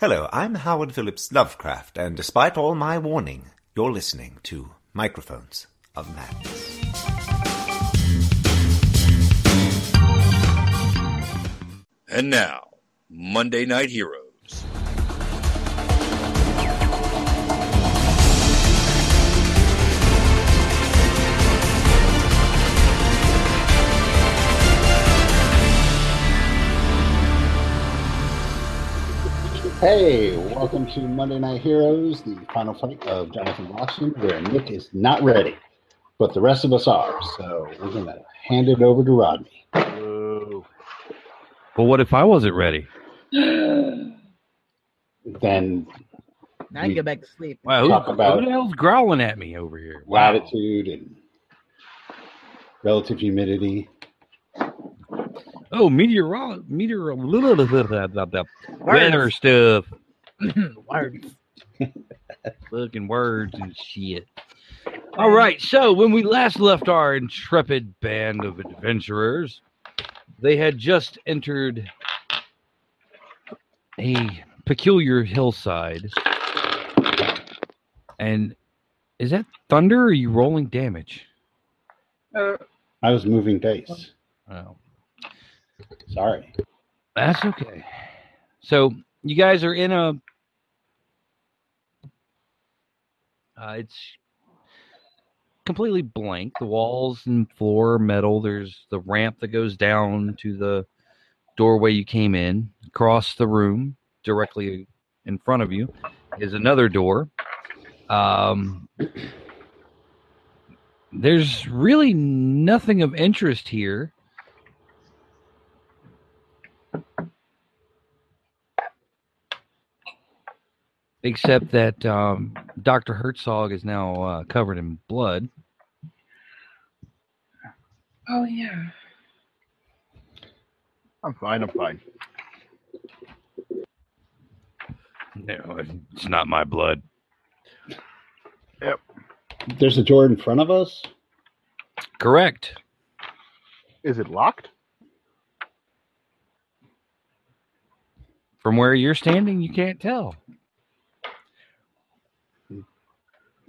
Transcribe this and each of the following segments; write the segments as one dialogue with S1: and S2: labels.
S1: Hello, I'm Howard Phillips Lovecraft, and despite all my warning, you're listening to Microphones of Madness.
S2: And now, Monday Night Heroes.
S3: Hey, welcome to Monday Night Heroes, the final fight of Jonathan Watson, where Nick is not ready, but the rest of us are. So we're going to hand it over to Rodney.
S4: But what if I wasn't ready?
S3: Then
S5: Now I can go back to sleep.
S4: Wow, who,
S3: Talk about-
S4: who the hell's growling at me over here?
S3: latitude and relative humidity.
S4: Oh, meteorolo- meteor meteor weather
S5: Words.
S4: stuff.
S5: Words.
S4: Fucking words and shit. All right, so when we last left our intrepid band of adventurers, they had just entered a peculiar hillside. And is that thunder or are you rolling damage?
S3: I was moving dice.
S4: Oh.
S3: Sorry.
S4: That's okay. So you guys are in a. Uh, it's completely blank. The walls and floor are metal. There's the ramp that goes down to the doorway you came in. Across the room, directly in front of you, is another door. Um, there's really nothing of interest here. except that um, Dr. Herzog is now uh, covered in blood.
S6: Oh yeah.
S7: I'm fine. I'm fine.
S4: No, it's not my blood.
S3: There's a door in front of us.
S4: Correct.
S7: Is it locked?
S4: From where you're standing, you can't tell.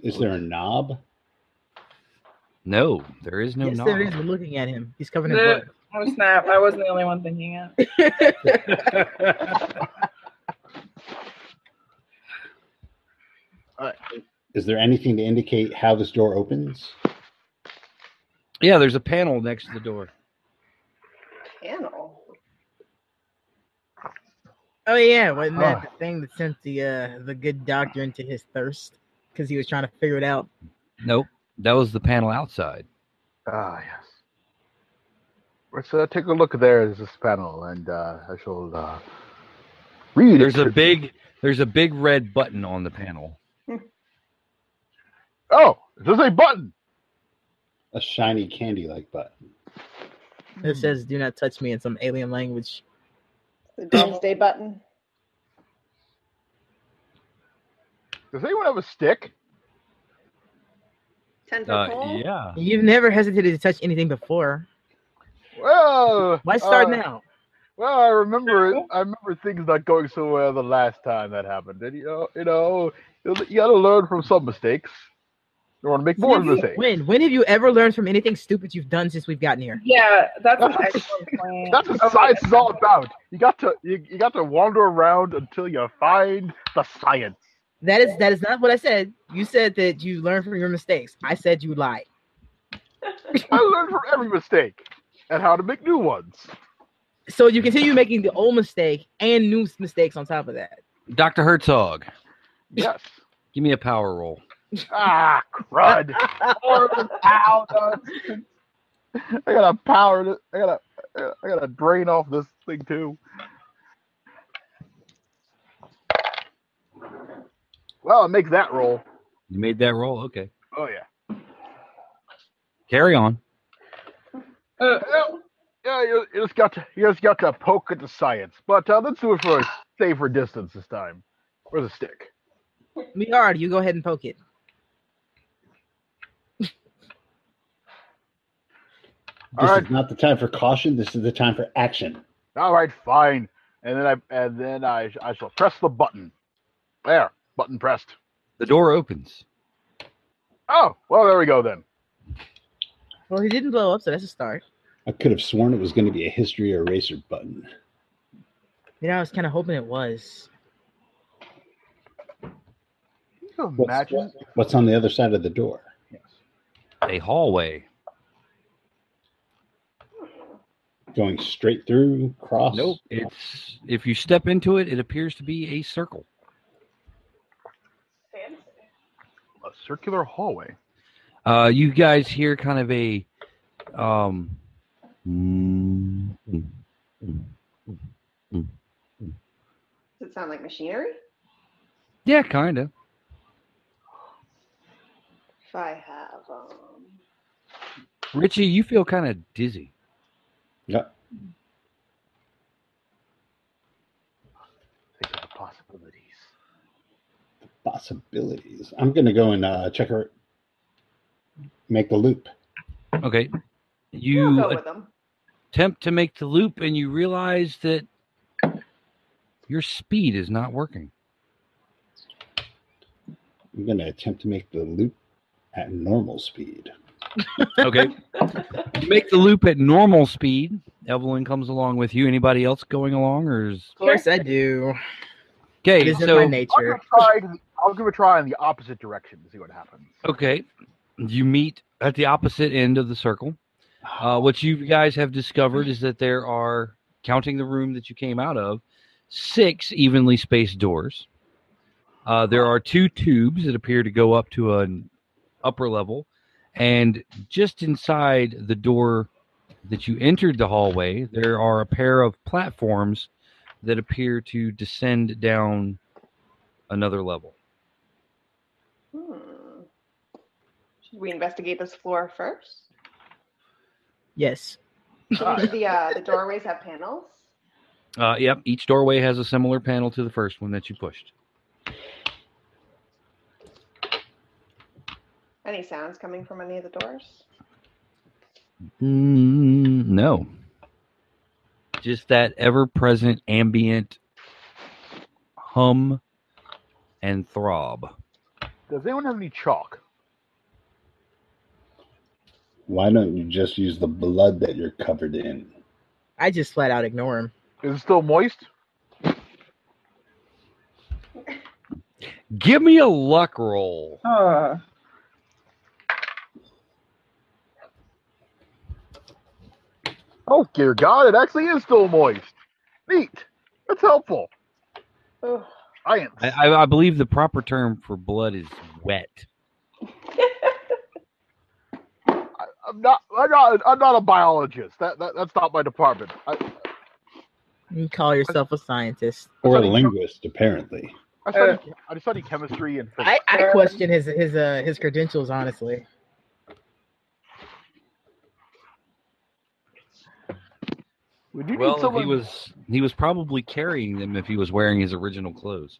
S3: Is there a knob?
S4: No, there is no
S5: yes,
S4: knob.
S5: there is. We're looking at him. He's covered in
S6: Yeah.
S5: blood.
S6: Oh snap! I wasn't the only one thinking it.
S3: Is there anything to indicate how this door opens?
S4: Yeah, there's a panel next to the door.
S6: Panel.
S5: Oh yeah, wasn't that the thing that sent the uh, the good doctor into his thirst because he was trying to figure it out?
S4: Nope, that was the panel outside.
S7: Ah, yes. Right, so I'll take a look there. There's this panel, and uh, I shall uh, read.
S4: There's
S7: it.
S4: a big, there's a big red button on the panel.
S7: Oh, there's a button.
S3: A shiny candy like button.
S5: It says, "Do not touch me" in some alien language.
S8: The doomsday button.
S7: Does anyone have a stick?
S4: Uh,
S8: Tentacle.
S4: yeah,
S5: You've never hesitated to touch anything before.
S7: Well,
S5: Why start
S7: uh,
S5: now?
S7: Well, I remember. it- I remember things not going so well the last time that happened. And you know, you know, you got to learn from some mistakes. You want to make more
S5: When have you-
S7: mistakes.
S5: When? When have you ever learned from anything stupid you've done since we've gotten here?
S6: Yeah, that's an excellent plan.
S7: That's what
S6: Oh,
S7: science
S6: yeah.
S7: is all about. You got to you, you got to wander around until you find the science.
S5: That is that is not what I said. You said that you learn from your mistakes. I said you lie.
S7: I learned from every mistake and how to make new ones.
S5: So you continue making the old mistake and new mistakes on top of that.
S4: Doctor Herzog,
S7: Yes.
S4: give me a power roll.
S7: Ah, crud. Powder. I gotta power. This. I gotta. I gotta- I gotta drain off this thing too. Well, it makes that roll.
S4: You made that roll, okay?
S7: Oh yeah.
S4: Carry on.
S6: Uh,
S7: Well, yeah, you, you just got to you just got to poke at the science, but uh, let's do it for a safer distance this time. Where's a stick?
S5: Miard, you go ahead and poke it.
S3: This
S7: All right.
S3: is not the time for caution. This is the time for action.
S7: All right, fine. and then I and then I I shall press the button. There, button pressed.
S4: The door opens.
S7: Oh, well, there we go then.
S5: Well, he didn't blow up, so that's a start.
S3: I could have sworn it was going to be a history eraser button.
S5: You know, I was kind of hoping it was.
S7: Can you
S3: What's,
S7: imagine?
S3: what's on the other side of the door?
S7: Yes.
S4: A hallway.
S3: Going straight through, cross?
S4: Nope. It's if you step into it, it appears to be a circle.
S7: A circular hallway.
S4: Uh, you guys hear kind of a um, mm, mm, mm.
S8: Does it sound like machinery?
S4: yeah, kind of.
S8: If I have, um,
S4: Richie, you feel kind of dizzy.
S3: Yep.
S7: Think of the possibilities.
S3: Possibilities. I'm going to go and uh, check her. Make the loop.
S4: Okay,
S8: we'll
S4: you
S8: go with them.
S4: attempt to make the loop, and you realize that your speed is not working.
S3: I'm going to attempt to make the loop at normal speed.
S4: Okay, you make the loop at normal speed. Evelyn comes along with you. Anybody else going along, or is
S5: Of course, I do. It
S4: okay?
S5: is in
S4: So
S5: my
S7: I'll give,
S5: nature.
S7: it a try, I'll give it a try in the opposite direction to see what happens.
S4: Okay. You meet at the opposite end of the circle. Uh, what you guys have discovered is that there are, counting the room that you came out of, six evenly spaced doors. Uh, there are two tubes that appear to go up to an upper level. And just inside the door that you entered the hallway, there are a pair of platforms that appear to descend down another level.
S8: Hmm. Should we investigate this floor first?
S5: Yes.
S8: Should we- the uh, the doorways have panels.
S4: Uh, yep. Each doorway has a similar panel to the first one that you pushed.
S8: Any sounds coming from any of the doors?
S4: Mm, no. Just that ever present ambient hum and throb.
S7: Does anyone have any chalk?
S3: Why don't you just use the blood that you're covered in?
S5: I just flat out ignore him.
S7: Is it still moist?
S4: Give me a luck roll.
S6: Uh,
S7: Oh dear God! It actually is still moist. Neat. That's helpful.
S8: Oh.
S7: Science.
S4: I, I, I believe the proper term for blood is wet.
S7: I, I'm not. I'm not. I'm not a biologist. That, that that's not my department. I,
S5: You call yourself a scientist.
S3: Or a
S7: thought you-
S3: linguist, apparently.
S7: I study. I study chemistry and
S5: I,
S7: physics.
S5: I question his his uh his credentials honestly.
S7: We do need
S4: Well, if
S7: someone.
S4: he was he was probably carrying them if he was wearing his original clothes.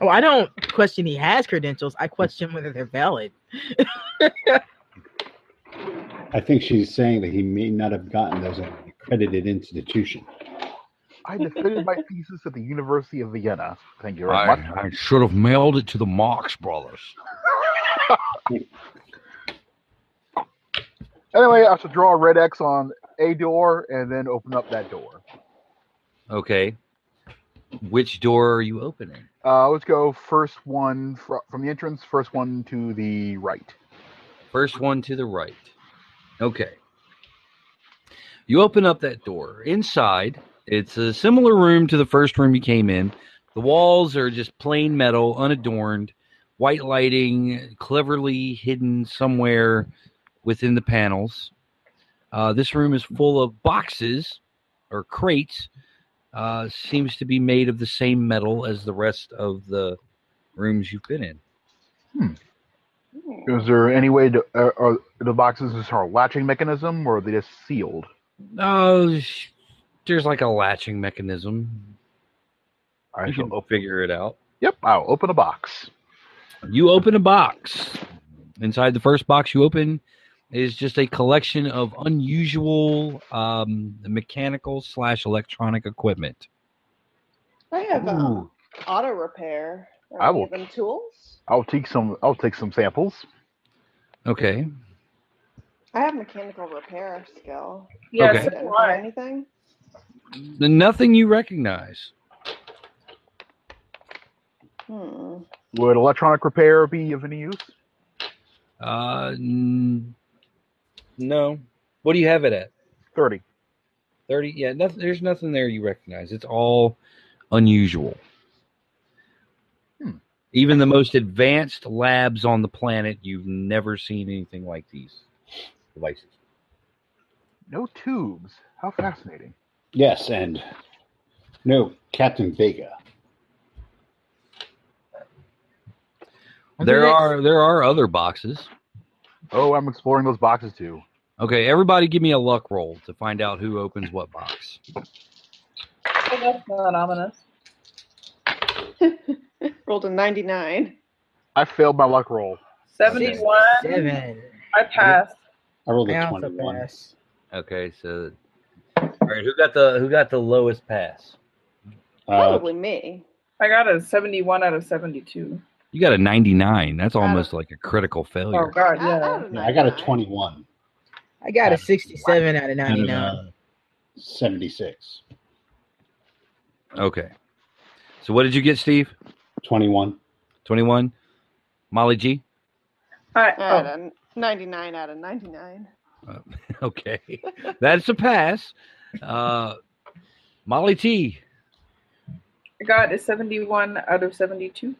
S5: Oh, I don't question he has credentials. I question whether they're valid.
S3: I think she's saying that he may not have gotten those at an accredited institution.
S7: I defended my thesis at the University of Vienna. Thank you very much.
S4: I, I should have mailed it to the Marx brothers.
S7: Anyway, I should draw a red X on a door and then open up that door.
S4: Okay. Which door are you opening?
S7: Uh, let's go first one fr- from the entrance, first one to the right.
S4: First one to the right. Okay. You open up that door. Inside, it's a similar room to the first room you came in. The walls are just plain metal, unadorned, white lighting cleverly hidden somewhere within the panels. Uh, this room is full of boxes or crates. Uh, seems to be made of the same metal as the rest of the rooms you've been in.
S8: Hmm.
S7: Is there any way to? Are, are the boxes is there a latching mechanism, or are they just sealed?
S4: Oh, sh- there's like a latching mechanism.
S7: I
S4: You
S7: shall
S4: can
S7: op-
S4: figure it out.
S7: Yep, I'll open a box.
S4: You open a box. Inside the first box you open is just a collection of unusual um, mechanical slash electronic equipment.
S8: I have uh,
S3: Ooh,
S8: auto repair. Are
S7: I
S8: any
S7: will-
S8: of them tools.
S7: I'll take some. I'll take some samples.
S4: Okay.
S8: I have mechanical repair skill.
S6: Yeah,
S4: Okay.
S6: so
S8: Identify
S6: do I.
S8: Anything?
S4: N- Nothing you recognize.
S8: Hmm.
S7: Would electronic repair be of any use?
S4: Uh, n- no. What do you have it at?
S7: Thirty.
S4: 30 yeah nothing, there's nothing there you recognize it's all unusual
S7: Hmm.
S4: even the most advanced labs on the planet you've never seen anything like these devices
S7: No tubes. How fascinating.
S3: yes, and no, Captain Vega.
S4: there are there are other boxes
S7: Oh, I'm exploring those boxes too.
S4: okay everybody give me a luck roll to find out who opens what box
S6: Well, that's not ominous.
S8: Rolled a 99.
S7: I failed my luck roll.
S6: 71.
S5: Seven.
S6: I passed.
S3: I rolled
S5: I
S3: a
S5: also
S3: twenty-one.
S5: passed.
S4: okay so all right who got the who got the lowest pass
S3: Uh,
S8: Probably me.
S6: I got a 71 out of 72.
S4: you got a 99 that's almost like a critical
S6: Oh,
S4: failure
S6: God,
S8: I-
S6: yeah.
S7: Ah.
S8: don't
S3: yeah,
S8: know.
S3: I got a twenty-one
S5: I got a 67 out of 99.
S3: and a seventy-six.
S4: okay so what did you get steve
S3: Twenty-one.
S4: 21 molly g
S6: All right.
S8: I had a 99 out of 99.
S4: Okay, that's a pass. Uh, Molly T.
S6: I got a 71 out of 72.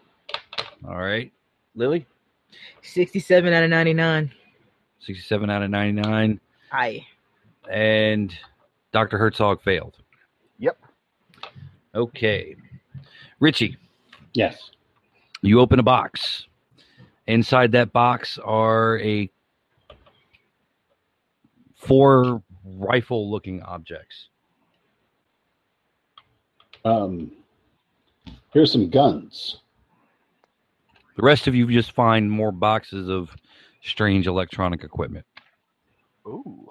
S4: All right, Lily,
S5: 67 out of 99.
S4: sixty-seven out of ninety-nine,
S5: Aye.
S4: and Doctor Herzog failed.
S7: Yep.
S4: Okay, Richie,
S3: Yes.
S4: you open a box. Inside that box are a four rifle-looking objects.
S3: Um, here's some guns.
S4: The rest of you just find more boxes of strange electronic equipment.
S7: Ooh.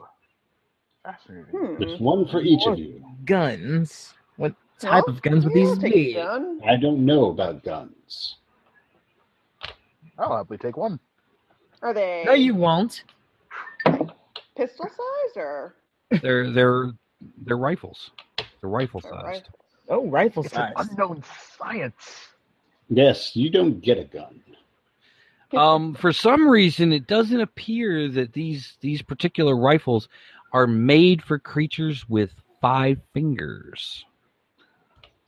S7: Fascinating.
S8: Hmm.
S3: There's Mm-hmm. one for each of you.
S5: Guns. What type of guns would
S8: yeah,
S5: these
S8: I'll take a
S5: be?
S8: gun.
S3: I don't know about guns.
S7: I'll happily take one.
S8: Are they
S5: No, you won't.
S8: pistol size or
S4: they're they're they're rifles. They're rifle
S8: or
S4: sized.
S8: rifle?
S5: Oh, rifle
S7: It's an
S5: size.
S7: unknown science.
S3: Yes, you don't get a gun.
S4: Um, for some reason, it doesn't appear that these these particular rifles are made for creatures with five fingers.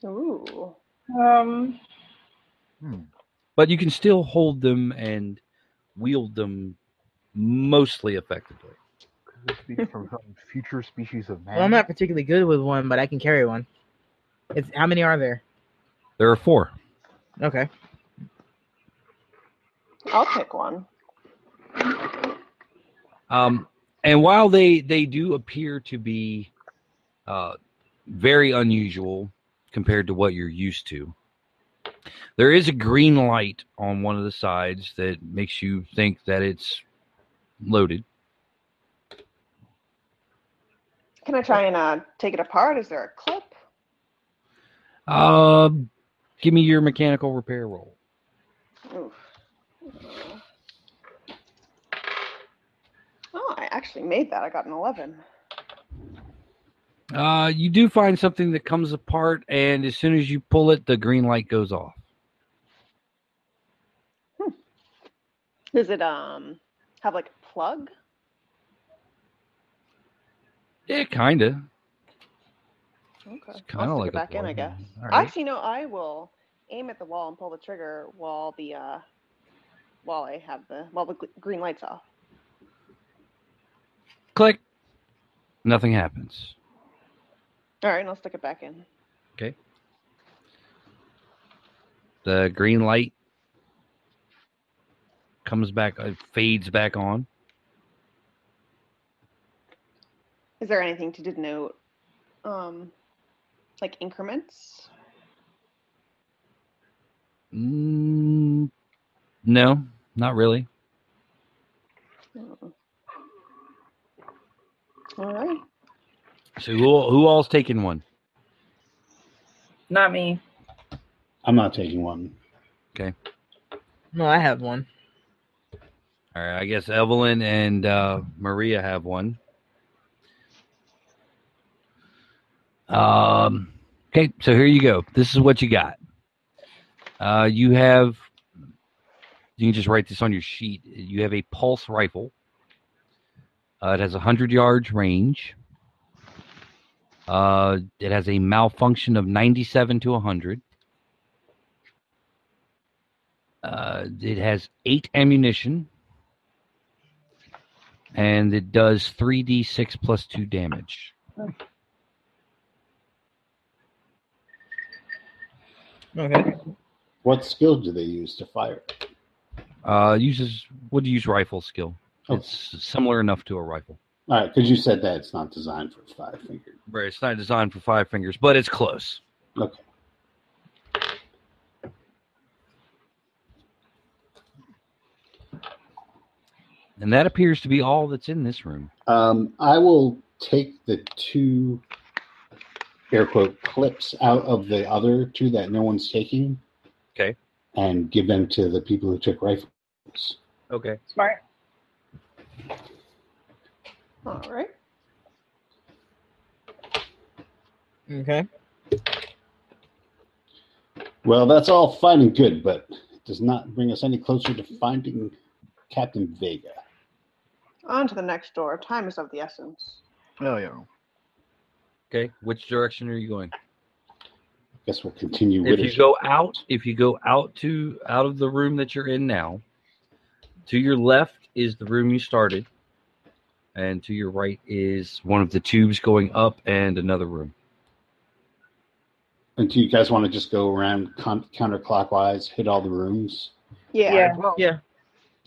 S8: Ooh.
S6: Um,
S7: Hmm.
S4: But you can still hold them and wield them mostly effectively.
S7: Could this be from some future species of man?
S5: Well, I'm not particularly good with one, but I can carry one. It's how many are there?
S4: There are four.
S5: Okay.
S8: I'll pick one.
S4: Um, and while they they do appear to be uh, very unusual compared to what you're used to, there is a green light on one of the sides that makes you think that it's loaded.
S8: Can I try and uh, take it apart? Is there a clip?
S4: Um, give me your mechanical repair roll.
S8: Oof. Oh, I actually made that. I got an 11.
S4: Uh, you do find something that comes apart, and as soon as you pull it, the green light goes off.
S8: Does it um have like a plug?
S4: Yeah, kinda.
S8: Okay.
S4: It's
S8: I'll
S4: kind of
S8: stick
S4: like
S8: it back
S4: a
S8: in, I
S4: plug.
S8: guess.
S4: All right.
S8: Actually, no. I will aim at the wall and pull the trigger while the uh while I have the while the gl- green lights off.
S4: Click. Nothing happens.
S8: All right, and I'll stick it back in.
S4: the green light comes back uh, fades back on
S8: Is there anything to denote um like increments?
S4: mm, no not really
S8: Mm. All right.
S4: So who who all's taking one?
S6: Not me.
S3: I'm not taking one.
S5: No, I have one.
S4: All right, I guess Evelyn and uh, Maria have one. Um, okay, so here you go. This is what you got. Uh, you have, you can just write this on your sheet. You have a pulse rifle. Uh, it has a 100 yards range. Uh, it has a malfunction of 97 to 100. Uh, it has eight ammunition, and it does three d six plus two damage.
S5: Okay.
S3: What skill do they use to fire? it?
S4: Uh, uses would use rifle skill.
S3: Oh.
S4: It's similar enough to a rifle.
S3: All right, because you said that it's not designed for five fingered.
S4: Right, it's not designed for five fingers, but it's close.
S3: Okay.
S4: And that appears to be all that's in this room.
S3: Um, I will take the two air quote clips out of the other two that no one's taking.
S4: Okay.
S3: And give them to the people who took rifles.
S4: Okay.
S6: Smart.
S8: All right.
S5: Okay.
S3: Well, that's all fine and good, but it does not bring us any closer to finding Captain Vega.
S8: On to the next door. Time is of the essence.
S7: Oh yeah.
S4: Okay. Which direction are you going?
S3: Guess we'll continue
S4: if
S3: with
S4: you
S3: it.
S4: go out if you go out to out of the room that you're in now to your left is the room you started and to your right is one of the tubes going up and another room
S3: And do you guys want to just go around con- counterclockwise, hit all the rooms?
S8: Yeah.
S6: Yeah.
S7: Well,
S5: Yeah.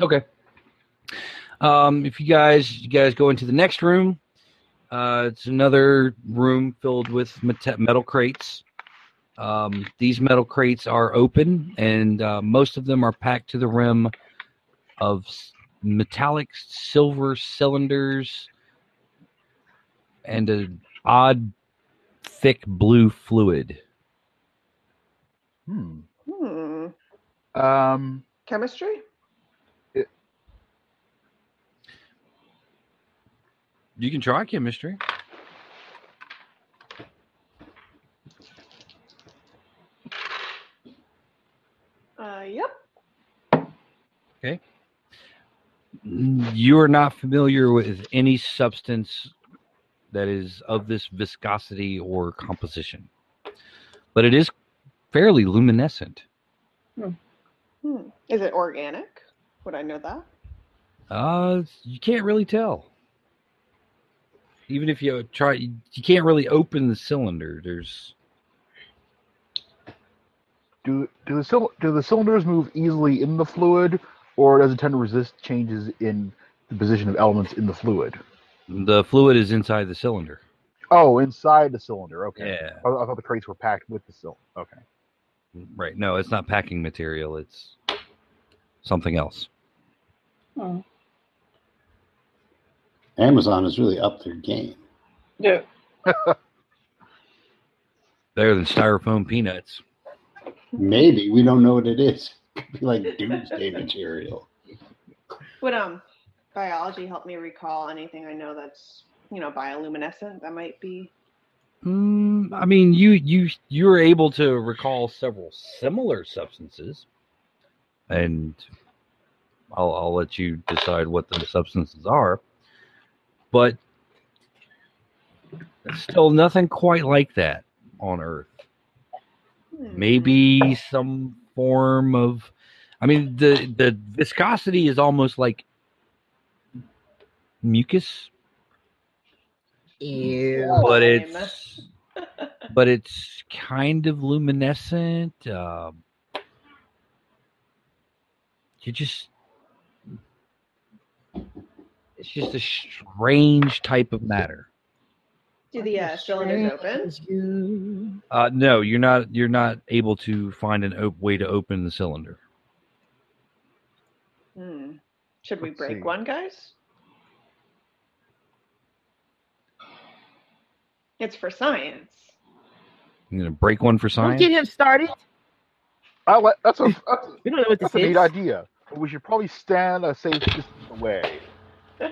S4: okay um if you guys you guys go into the next room uh it's another room filled with mete- metal crates um these metal crates are open and uh, most of them are packed to the rim of s- metallic silver cylinders and an odd thick blue fluid.
S7: Hmm.
S8: Hmm.
S7: Um.
S8: Chemistry?
S4: You can try chemistry.
S8: Uh, yep.
S4: You are not familiar with any substance that is of this viscosity or composition, but it is fairly luminescent.
S8: Hmm. Is it organic? Would I know that?
S4: Uh, you can't really tell. Even if you try, you you can't really open the cylinder. There's
S7: Do do the cyl- do the cylinders move easily in the fluid, or does it tend to resist changes in the position of elements in the fluid?
S4: the fluid is inside the cylinder.
S7: Oh, inside the cylinder. Okay.
S4: Yeah.
S7: I, I thought the crates were packed with the cylinder. Okay.
S4: Right. No, it's not packing material. It's something else.
S6: Hmm.
S3: Amazon is really up their game.
S6: Yeah.
S4: Better than styrofoam peanuts.
S3: Maybe we don't know what it is. It could be like doomsday material.
S8: Would um biology help me recall anything I know that's you know bioluminescent that might be?
S4: Mm, I mean, you you you're able to recall several similar substances, and I'll I'll let you decide what those substances are, but it's still nothing quite like that on Earth.
S8: Hmm.
S4: maybe some form of i mean the the viscosity is almost like mucus
S5: Ew.
S8: Oh,
S4: but
S8: lame.
S4: it's but it's kind of luminescent um you just it's just a strange type of matter
S8: Do the uh, cylinders open?
S5: You.
S4: uh no you're not you're not able to find an op- way to open the cylinder
S8: Hmm. Should we
S7: Let's
S8: break
S7: see.
S8: one, guys? It's for science.
S4: I'm gonna break one for
S5: Don't
S4: science.
S5: get him started.
S7: I like that's a that's,
S5: We don't know what this
S7: that's
S5: is.
S7: a neat idea. But we should probably stand a safe distance away.
S3: Do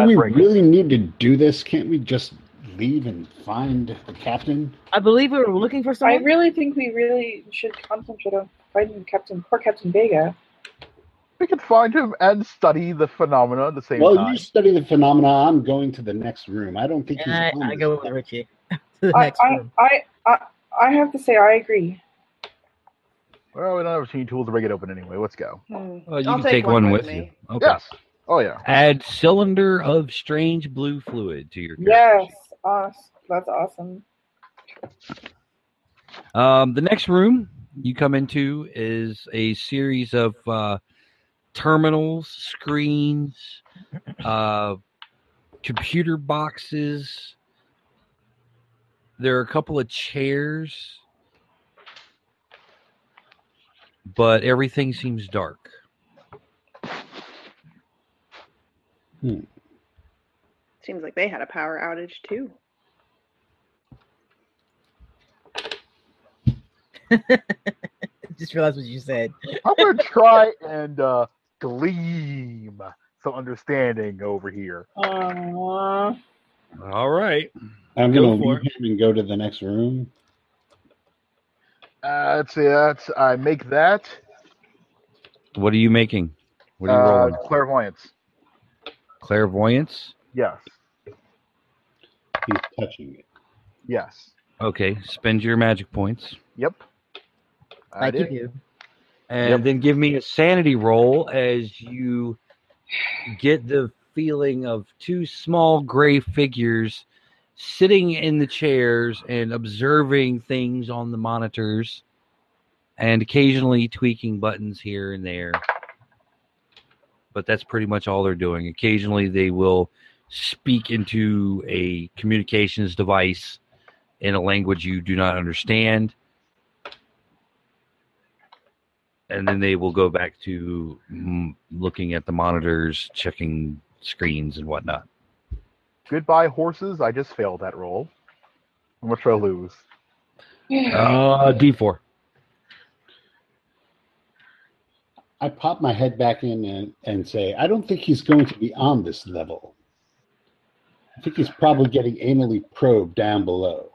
S7: I'd
S3: we
S7: bring it.
S3: really need to do this? Can't we just leave and find the captain?
S5: I believe we were looking for
S6: I
S5: someone.
S6: really think we really should concentrate on fighting Captain poor Captain Vega.
S7: We could find him and study the phenomena at the same
S3: Well,
S7: time.
S3: you study the phenomena. I'm going to the next room. I don't think he's.
S5: I,
S3: on
S5: I
S3: this
S5: go with
S3: yet.
S5: Richie to the
S6: I,
S5: next
S6: I,
S5: room.
S6: I, I, I have to say I agree.
S7: Well, we don't have any tools to break it open anyway. Let's go.
S8: Hmm.
S4: Well, Oh, you
S8: I'll
S4: can take, one, with,
S8: me.
S4: you. Okay.
S7: Yes. Oh yeah.
S4: Add cylinder of strange blue fluid to your character
S6: Yes, us. That's awesome.
S4: Um, the next room you come into is a series of uh, terminals, screens, uh, computer boxes. There are a couple of chairs, but everything seems dark.
S8: Seems like they had a power outage too.
S5: Just realized what you said.
S7: I'm gonna try and uh, gleam some understanding over here.
S6: Aww.
S4: All right.
S3: I'm
S4: Go
S3: going to
S4: for
S3: leave him and go to the next room.
S7: Uh, let's see. That's I make that
S4: What are you making? What are you
S7: uh,
S4: rolling?
S7: clairvoyance.
S4: Clairvoyance.
S7: Yes.
S3: He's touching it.
S7: Yes.
S4: Okay, spend your magic points.
S7: Yep. I
S5: Like you
S7: did.
S5: do.
S4: and
S7: Yep.
S4: then give me a sanity roll as you get the feeling of two small gray figures sitting in the chairs and observing things on the monitors and occasionally tweaking buttons here and there but that's pretty much all they're doing occasionally they will speak into a communications device in a language you do not understand and then they will go back to mm, looking at the monitors, checking screens and whatnot.
S7: Goodbye horses. I just failed that roll. How much do I lose?
S4: Uh, D4.
S3: I pop my head back in and, and say, I don't think he's going to be on this level. I think he's probably getting anally probed down below.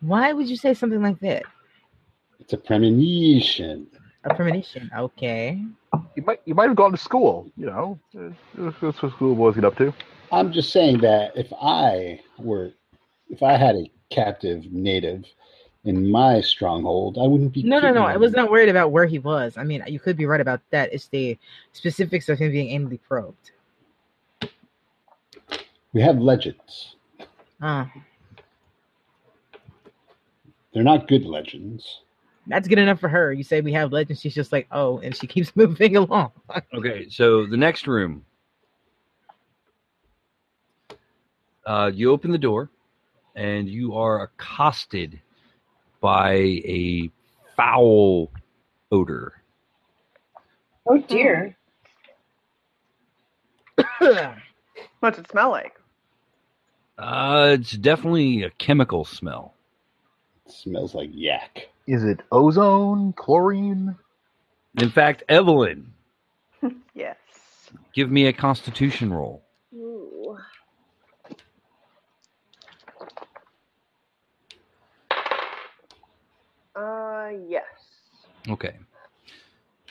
S5: Why would you say something like that?
S3: It's a premonition.
S5: A premonition. Okay.
S7: You might you might have gone to school. You know, Uh, that's what school boys get up to.
S3: I'm just saying that if I were, if I had a captive native in my stronghold, I wouldn't be.
S5: No, no,
S3: kidding
S5: no. I
S3: him.
S5: was not worried about where he was. I mean, you could be right about that. It's the specifics of him being anally probed.
S3: We have legends.
S5: Uh,
S3: They're not good legends.
S5: that's good enough for her. You say we have legends. She's just like, oh, and she keeps moving along.
S4: Okay, so the next room. Uh, you open the door and you are accosted by a foul odor.
S6: Oh dear.
S8: What's it smell like?
S4: Uh, it's definitely a chemical smell.
S3: It smells like yak.
S7: Is it ozone, chlorine?
S4: In fact, Evelyn,
S8: Yes.
S4: give me a constitution roll.
S8: Ooh. Uh, yes.
S4: Okay.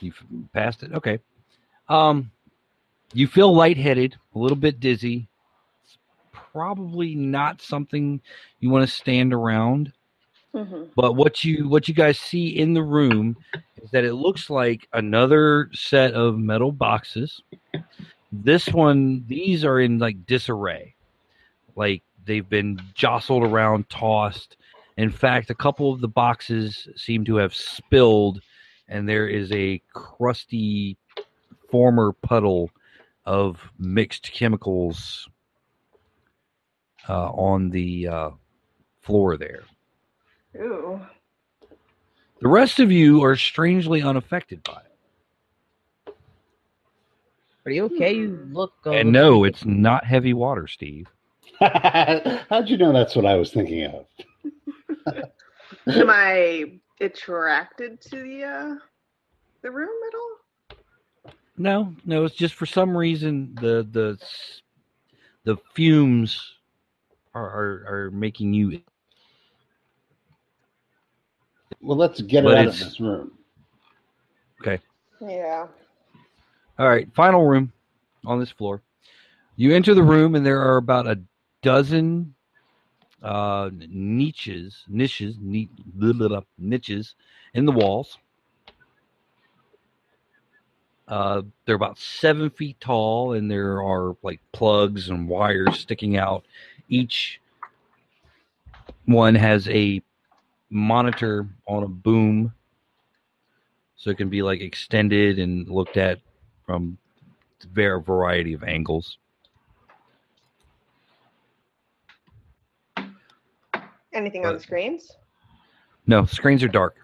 S4: You f- passed it. Okay. Um, you feel lightheaded, a little bit dizzy. It's probably not something you want to stand around.
S8: hmm
S4: But what you what you guys see in the room is that it looks like another set of metal boxes. This one, these are in like disarray, like they've been jostled around, tossed. In fact, a couple of the boxes seem to have spilled, and there is a crusty former puddle of mixed chemicals uh, on the uh, floor there.
S8: Ooh.
S4: The rest of you are strangely unaffected by it.
S5: Are you okay? You look. a
S4: And
S5: little-
S4: no, it's not heavy water, Steve.
S3: How'd you know that's what I was thinking of?
S8: Am I attracted to the uh, the room at all?
S4: No, no, it's just for some reason the the s- the fumes are are, are making you.
S3: Well, let's get it
S4: But
S3: out of
S4: it's-
S3: this room.
S8: Yeah.
S4: All right, final room on this floor. You enter the room and there are about a dozen uh, niches, niches, ni- blah, blah, blah, niches in the walls. Uh, they're about seven feet tall, and there are like plugs and wires sticking out. Each one has a monitor on a boom, so it can be like extended and looked at from a var- variety of angles.
S8: Anything on
S4: But-
S8: the screens?
S4: No, screens are dark.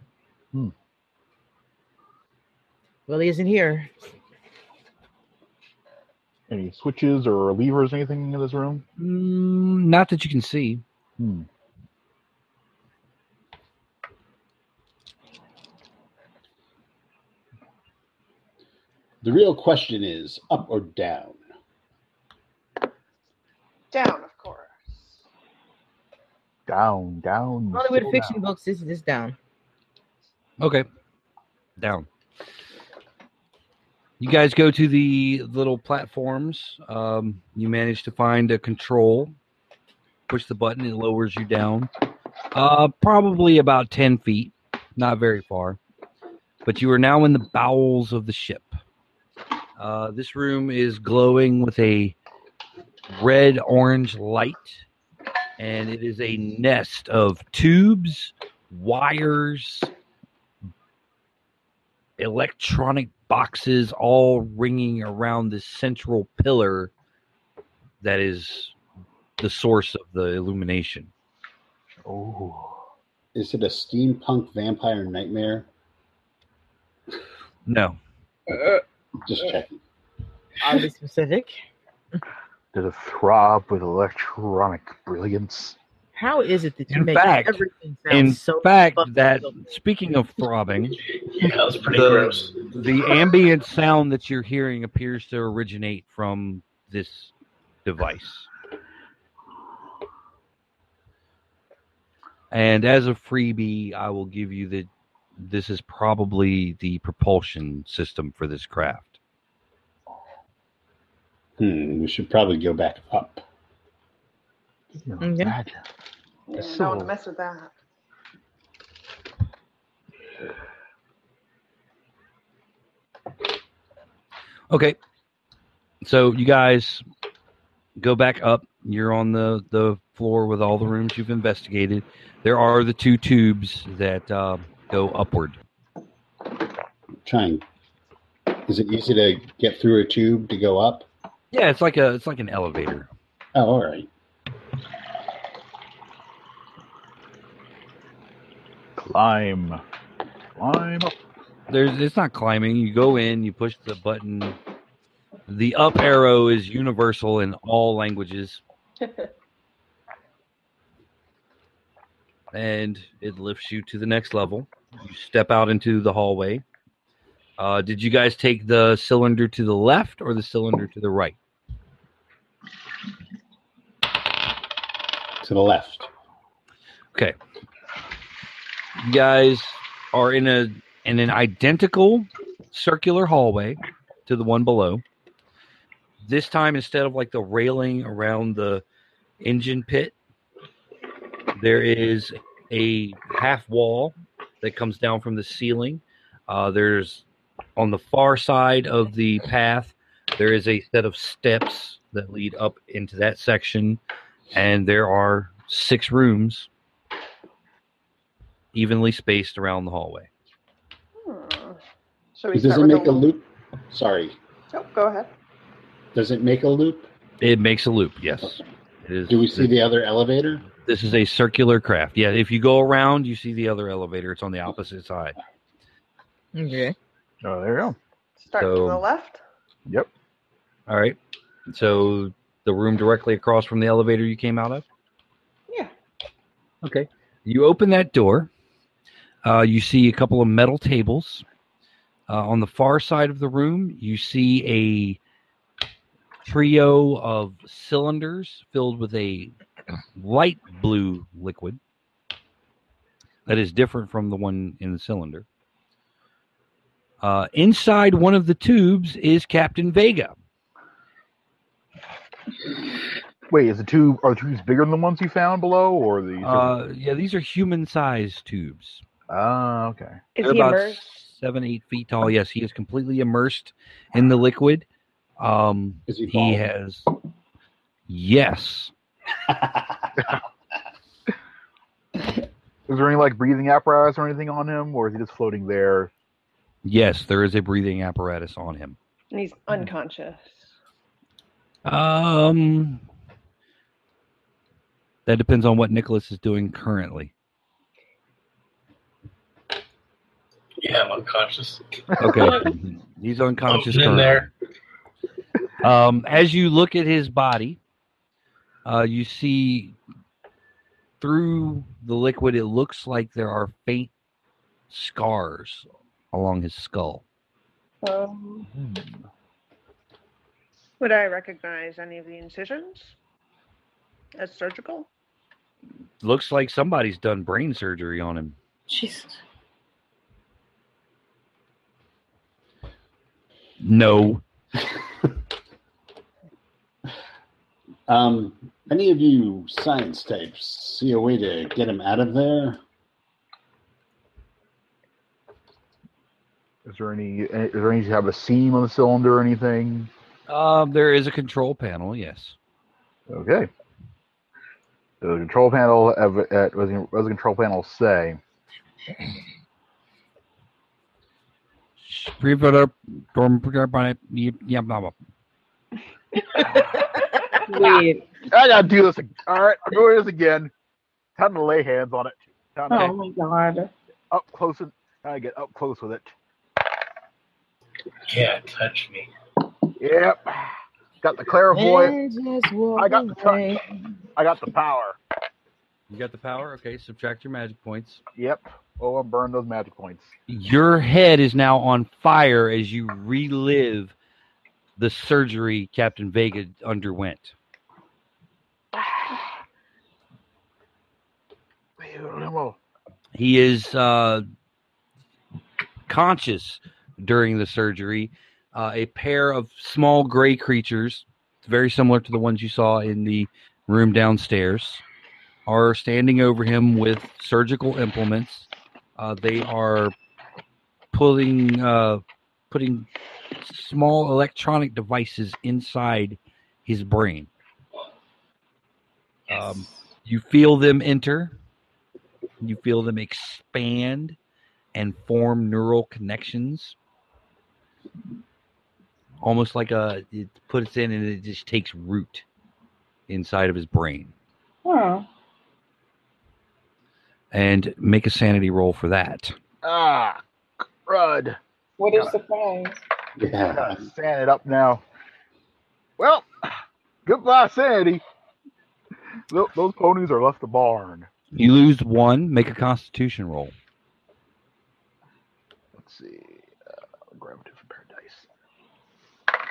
S5: Well, he isn't here.
S7: Any switches or levers, anything in this room?
S4: Mm, not that you can see.
S7: Hmm.
S3: The real question is up or down?
S8: Down, of course.
S7: Down, down.
S5: Hollywood
S7: still
S5: fiction
S7: down.
S5: books is this down.
S4: Okay. Down. You guys go to the little platforms. Um, you manage to find a control. Push the button, it lowers you down. Uh, probably about 10 feet, not very far. But you are now in the bowels of the ship. Uh, this room is glowing with a red orange light, and it is a nest of tubes, wires, electronic boxes all ringing around this central pillar that is the source of the illumination.
S7: Oh.
S3: Is it a steampunk vampire nightmare?
S4: No,
S3: Just checking.
S5: Oddly specific.
S7: There's a throb with electronic brilliance.
S5: How is it that you
S4: In
S5: make
S4: fact-
S5: everything sound
S4: in
S5: so
S4: fact,
S5: fucking
S4: that
S5: silly?
S4: speaking of throbbing,
S9: Yeah, that was pretty
S4: The-
S9: gross.
S4: the ambient sound that you're hearing appears to originate from this device. And as a freebie, I will give you that this is probably the propulsion system for this craft.
S3: Hmm, we should probably go back up.
S7: You know,
S5: Mhm.
S7: imagine.
S8: Yeah,
S7: That's
S8: Don't want
S7: so-
S8: to mess with that.
S4: Okay. So you guys go back up. You're on the, the floor with all the rooms you've investigated. There are the two tubes that uh, go upward.
S3: Trying. Is it easy to get through a tube to go up?
S4: Yeah, it's like a it's like an elevator.
S3: Oh, all right.
S7: Climb. Climb up.
S4: There's it's not climbing. You go in, you push the button. The up arrow is universal in all languages, and it lifts you to the next level. You step out into the hallway. Uh, did you guys take the cylinder to the left or the cylinder to the right?
S3: To the left.
S4: You guys are in a in an identical circular hallway to the one below. This time, instead of like the railing around the engine pit, there is a half wall that comes down from the ceiling. Uh, there's on the far side of the path, there is a set of steps that lead up into that section, and there are six rooms evenly spaced around the hallway.
S8: Hmm. Should we
S3: Does it
S8: start with
S3: make
S8: the-
S3: a loop? Sorry.
S8: Oh, go ahead.
S3: Does it make a loop?
S4: It makes a loop, yes. It is,
S3: Do we see the other elevator?
S4: This is a circular craft. Yeah, if you go around, you see the other elevator. It's on the opposite side.
S5: Okay.
S7: Oh, there you go.
S8: Start
S4: So-
S8: to the left.
S7: Yep.
S4: All right. So the room directly across from the elevator you came out of?
S8: Yeah.
S4: Okay. You open that door. Uh, you see a couple of metal tables. Uh, on the far side of the room, you see a trio of cylinders filled with a light blue liquid that is different from the one in the cylinder. Uh, inside one of the tubes is Captain Vega.
S7: Wait, is the tube are the tubes bigger than the ones you found below, or are these?
S4: Uh, yeah, these are human-sized tubes.
S7: ah, okay.
S8: Is
S4: They're
S8: he
S4: about
S8: immersed?
S4: seven, eight feet tall. Yes, he is completely immersed in the liquid. Um,
S3: Is he
S4: he
S3: bald?
S4: has, yes,
S7: Is there any like breathing apparatus or anything on him, or is he just floating there?
S4: yes, there is a breathing apparatus on him.
S8: And
S3: Hmm.
S8: he's unconscious.
S4: Um, that depends on what Nicholas is doing currently.
S9: Yeah, I'm unconscious.
S4: Okay, he's unconscious.
S9: Open Oh, in
S4: currently.
S9: there.
S4: Um, as you look at his body, uh, you see through the liquid, it looks like there are faint scars along his skull.
S6: Um,
S8: Would I recognize any of the incisions as surgical?
S4: Looks like somebody's done brain surgery on him.
S6: Jesus.
S4: No.
S3: Um, any of you science types see a way to get him out of there?
S7: Is there any? eh, Is there any? Have a seam on the cylinder or anything?
S4: Um, there is a control panel, yes.
S7: Okay. So the control panel of uh, what does the what does the control panel say?
S6: Wait.
S7: I gotta do this. ag- All right, I'm doing this again. Time to lay hands on it. Time to
S6: Oh my god.
S7: up close and time to get up close with it.
S9: Can't touch me.
S7: Yep. Got the
S4: oh
S7: clairvoyant. I got the touch. I got the power.
S4: You got the power? Okay, subtract your magic points.
S7: Yep. Oh, I'm burning those magic points.
S4: Your head is now on fire as you relive the surgery Captain Vega underwent.
S7: Beautiful.
S4: He is uh, conscious during the surgery. Uh, a pair of small gray creatures, very similar to the ones you saw in the room downstairs, are standing over him with surgical implements. Uh, they are pulling, uh, putting small electronic devices inside his brain. Um, you feel them enter. You feel them expand and form neural connections. Almost like a it puts in and it just takes root inside of his brain.
S6: Oh.
S4: And make a sanity roll for that.
S7: Ah, crud.
S6: What is the prize?
S3: Yeah.
S7: Gotta sand it up now. Well, goodbye, Sandy. Tho- Those ponies are left the barn.
S4: You lose one, make a constitution roll.
S7: Let's see. Uh, I'll grab a different pair of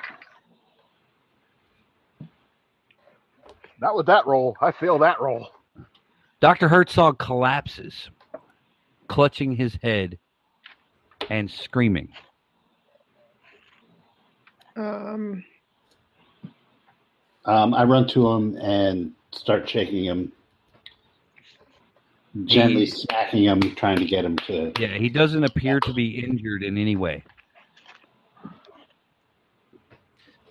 S7: dice. Not with that roll. I fail that roll.
S4: Dr. Herzog collapses, clutching his head and screaming.
S8: Um,
S3: Um, I run to him and start shaking him, gently
S4: He- Uh,
S3: smacking him, trying to get him to.
S4: Yeah, he doesn't appear to be injured in any way.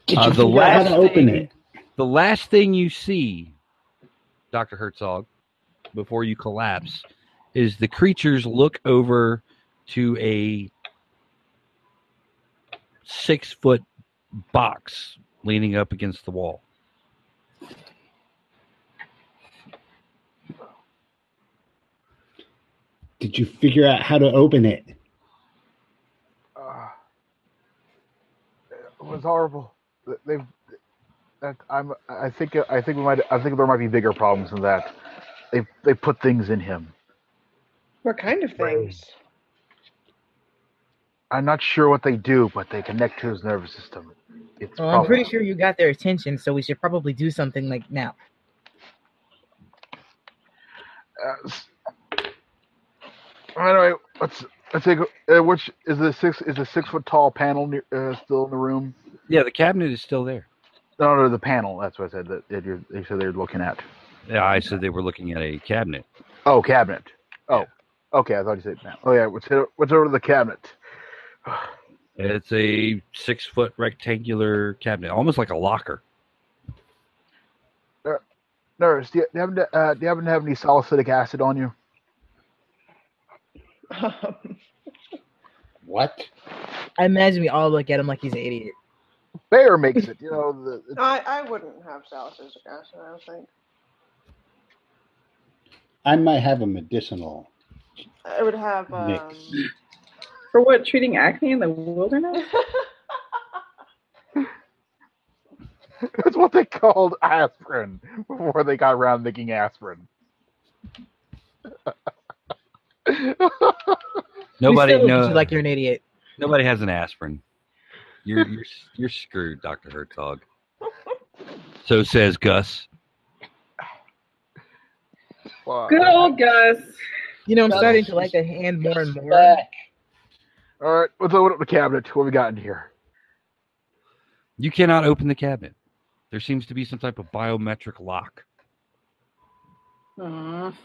S3: Get
S4: Uh,
S3: your
S4: the
S3: finger out
S4: last
S3: how to open
S4: thing-
S3: it.
S4: the last thing you see, Dr. Herzog, before you collapse, is the creatures look over to a six foot box leaning up against the wall.
S3: Did you figure out how to open it?
S7: Uh, it was horrible. They- They've that I'm. I think. I think we might. I think there might be bigger problems than that. They they put things in him.
S8: What kind of things?
S7: I'm not sure what they do, but they connect to his nervous system. It's
S5: Well, I'm
S7: probably,
S5: pretty sure you got their attention, so we should probably do something like now.
S7: Uh, s- anyway, let's let's take. Uh, which is the six? Is the six foot tall panel near, uh, still in the room?
S4: Yeah, the cabinet is still there.
S7: No, no, the panel. That's what I said. That, that you're, they said they're looking at.
S4: Yeah, I said they were looking at a cabinet.
S7: Oh, cabinet. Oh, okay. I thought you said panel. Oh yeah. What's what's over the cabinet?
S4: It's a six foot rectangular cabinet, almost like a locker.
S7: Nurse, do you, do you happen to uh, do you happen to have any salicylic acid on you?
S8: Um,
S3: What?
S5: I imagine we all look at him like he's an idiot.
S7: Bear makes it. You know, the, it's-
S8: I, I wouldn't have salicylic acid, I don't think.
S3: I might have a medicinal.
S8: I would have. Um,
S3: Mix.
S6: For what? Treating acne in the wilderness?
S7: it's what they called aspirin before they got around making aspirin.
S5: We
S4: Nobody
S5: still look at
S4: knows.
S5: you like you're an idiot.
S4: nobody has an aspirin. You're you're you're screwed, Doctor Hertzog. So says Gus.
S7: Fuck.
S6: Good old Gus.
S5: You know, I'm
S3: Gus,
S5: starting to like that hand more and more.
S3: Back.
S7: All right, let's open up the cabinet. What we got in here?
S4: You cannot open the cabinet. There seems to be some type of biometric lock.
S8: um,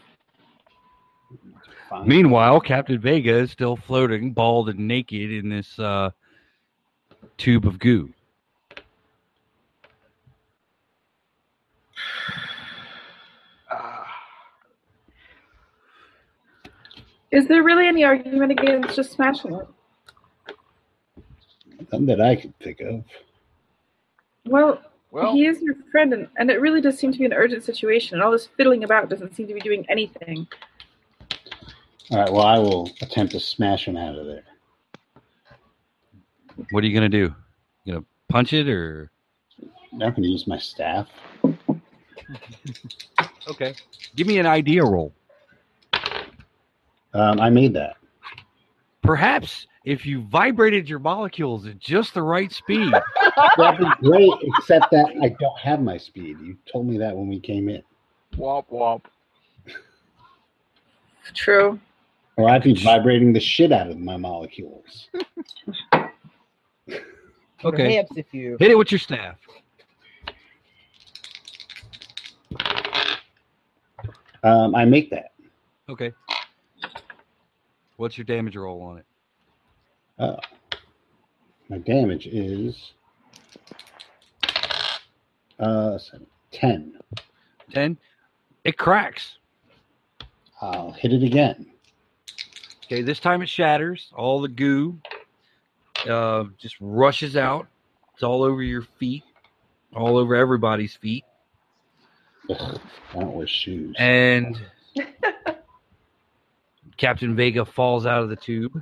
S6: Aw.
S3: Fine.
S4: Meanwhile, Captain Vega is still floating, bald and naked, in this uh, tube of goo.
S7: Uh,
S6: Is there really any argument against just smashing it?
S3: None that I could think of.
S6: Well,
S7: well,
S6: he is your friend, and, and it really does seem to be an urgent situation, and all this fiddling about doesn't seem to be doing anything.
S3: All right. Well, I will attempt to smash him out of there.
S4: What are you gonna do? You gonna punch it or?
S3: Now I can use my staff.
S4: Okay. Give me an idea roll.
S3: Um, I made that.
S4: Perhaps if you vibrated your molecules at just the right speed,
S3: That'd be great, except that I don't have my speed. You told me that when we came in.
S7: womp womp.
S6: True.
S3: Or I'd be vibrating the shit out of my molecules.
S4: okay,
S5: Perhaps if you
S4: hit it with your staff.
S3: Um, I make that.
S4: Okay. What's your damage roll on it?
S3: My damage is uh seven, ten.
S4: Ten. It cracks.
S3: I'll hit it again.
S4: Okay, this time it shatters. All the goo uh, just rushes out. It's all over your feet, all over everybody's feet,
S3: Ugh, I don't wear shoes.
S4: and Captain Vega falls out of the tube.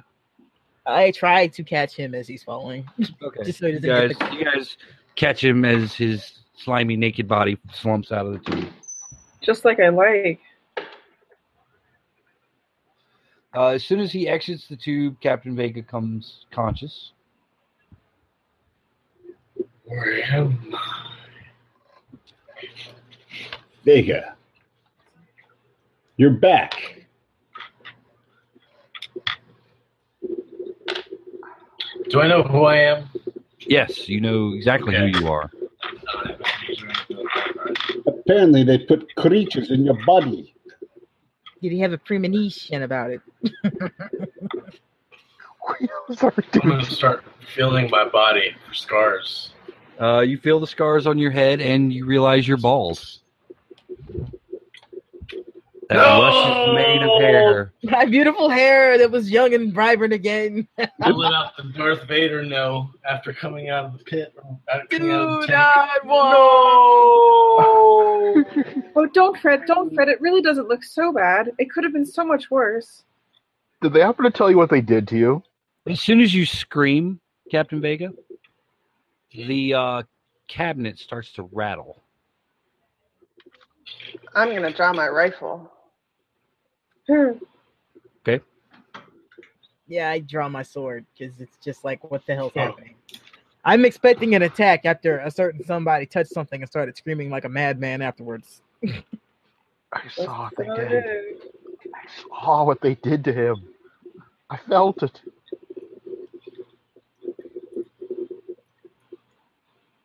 S5: I try to catch him as he's falling.
S4: Okay.
S5: Just so he
S4: you
S5: doesn't get
S4: guys, you guys catch him as his slimy naked body slumps out of the tube.
S6: Just like I like.
S4: Uh, as soon as he exits the tube, Captain Vega comes conscious.
S9: Where am I?
S3: Vega. You're back.
S9: Do I know who I am?
S4: Yes, you know exactly
S9: Okay.
S4: who you are.
S3: Apparently they put creatures in your body.
S5: Did he have a premonition about it?
S7: Sorry,
S9: I'm
S7: dude.
S9: gonna start feeling my body for scars.
S4: Uh, you feel the scars on your head, and you realize your balls. That
S9: No!
S4: luscious mane of hair.
S5: My beautiful hair that was young and vibrant again.
S9: Pulling out the Darth Vader no after coming out of the pit. After coming out of the
S5: Dude,
S9: tank.
S5: I won.
S6: Oh, don't fret, don't fret. It really doesn't look so bad. It could have been so much worse.
S7: Did they happen to tell you what they did to you?
S4: As soon as you scream, Captain Vega, the uh, cabinet starts to rattle.
S8: I'm gonna draw my rifle.
S5: Yeah, I draw my sword because it's just like, what the hell's happening? I'm expecting an attack after a certain somebody touched something and started screaming like a madman afterwards.
S7: I saw what they did. I saw what they did to him. I felt it.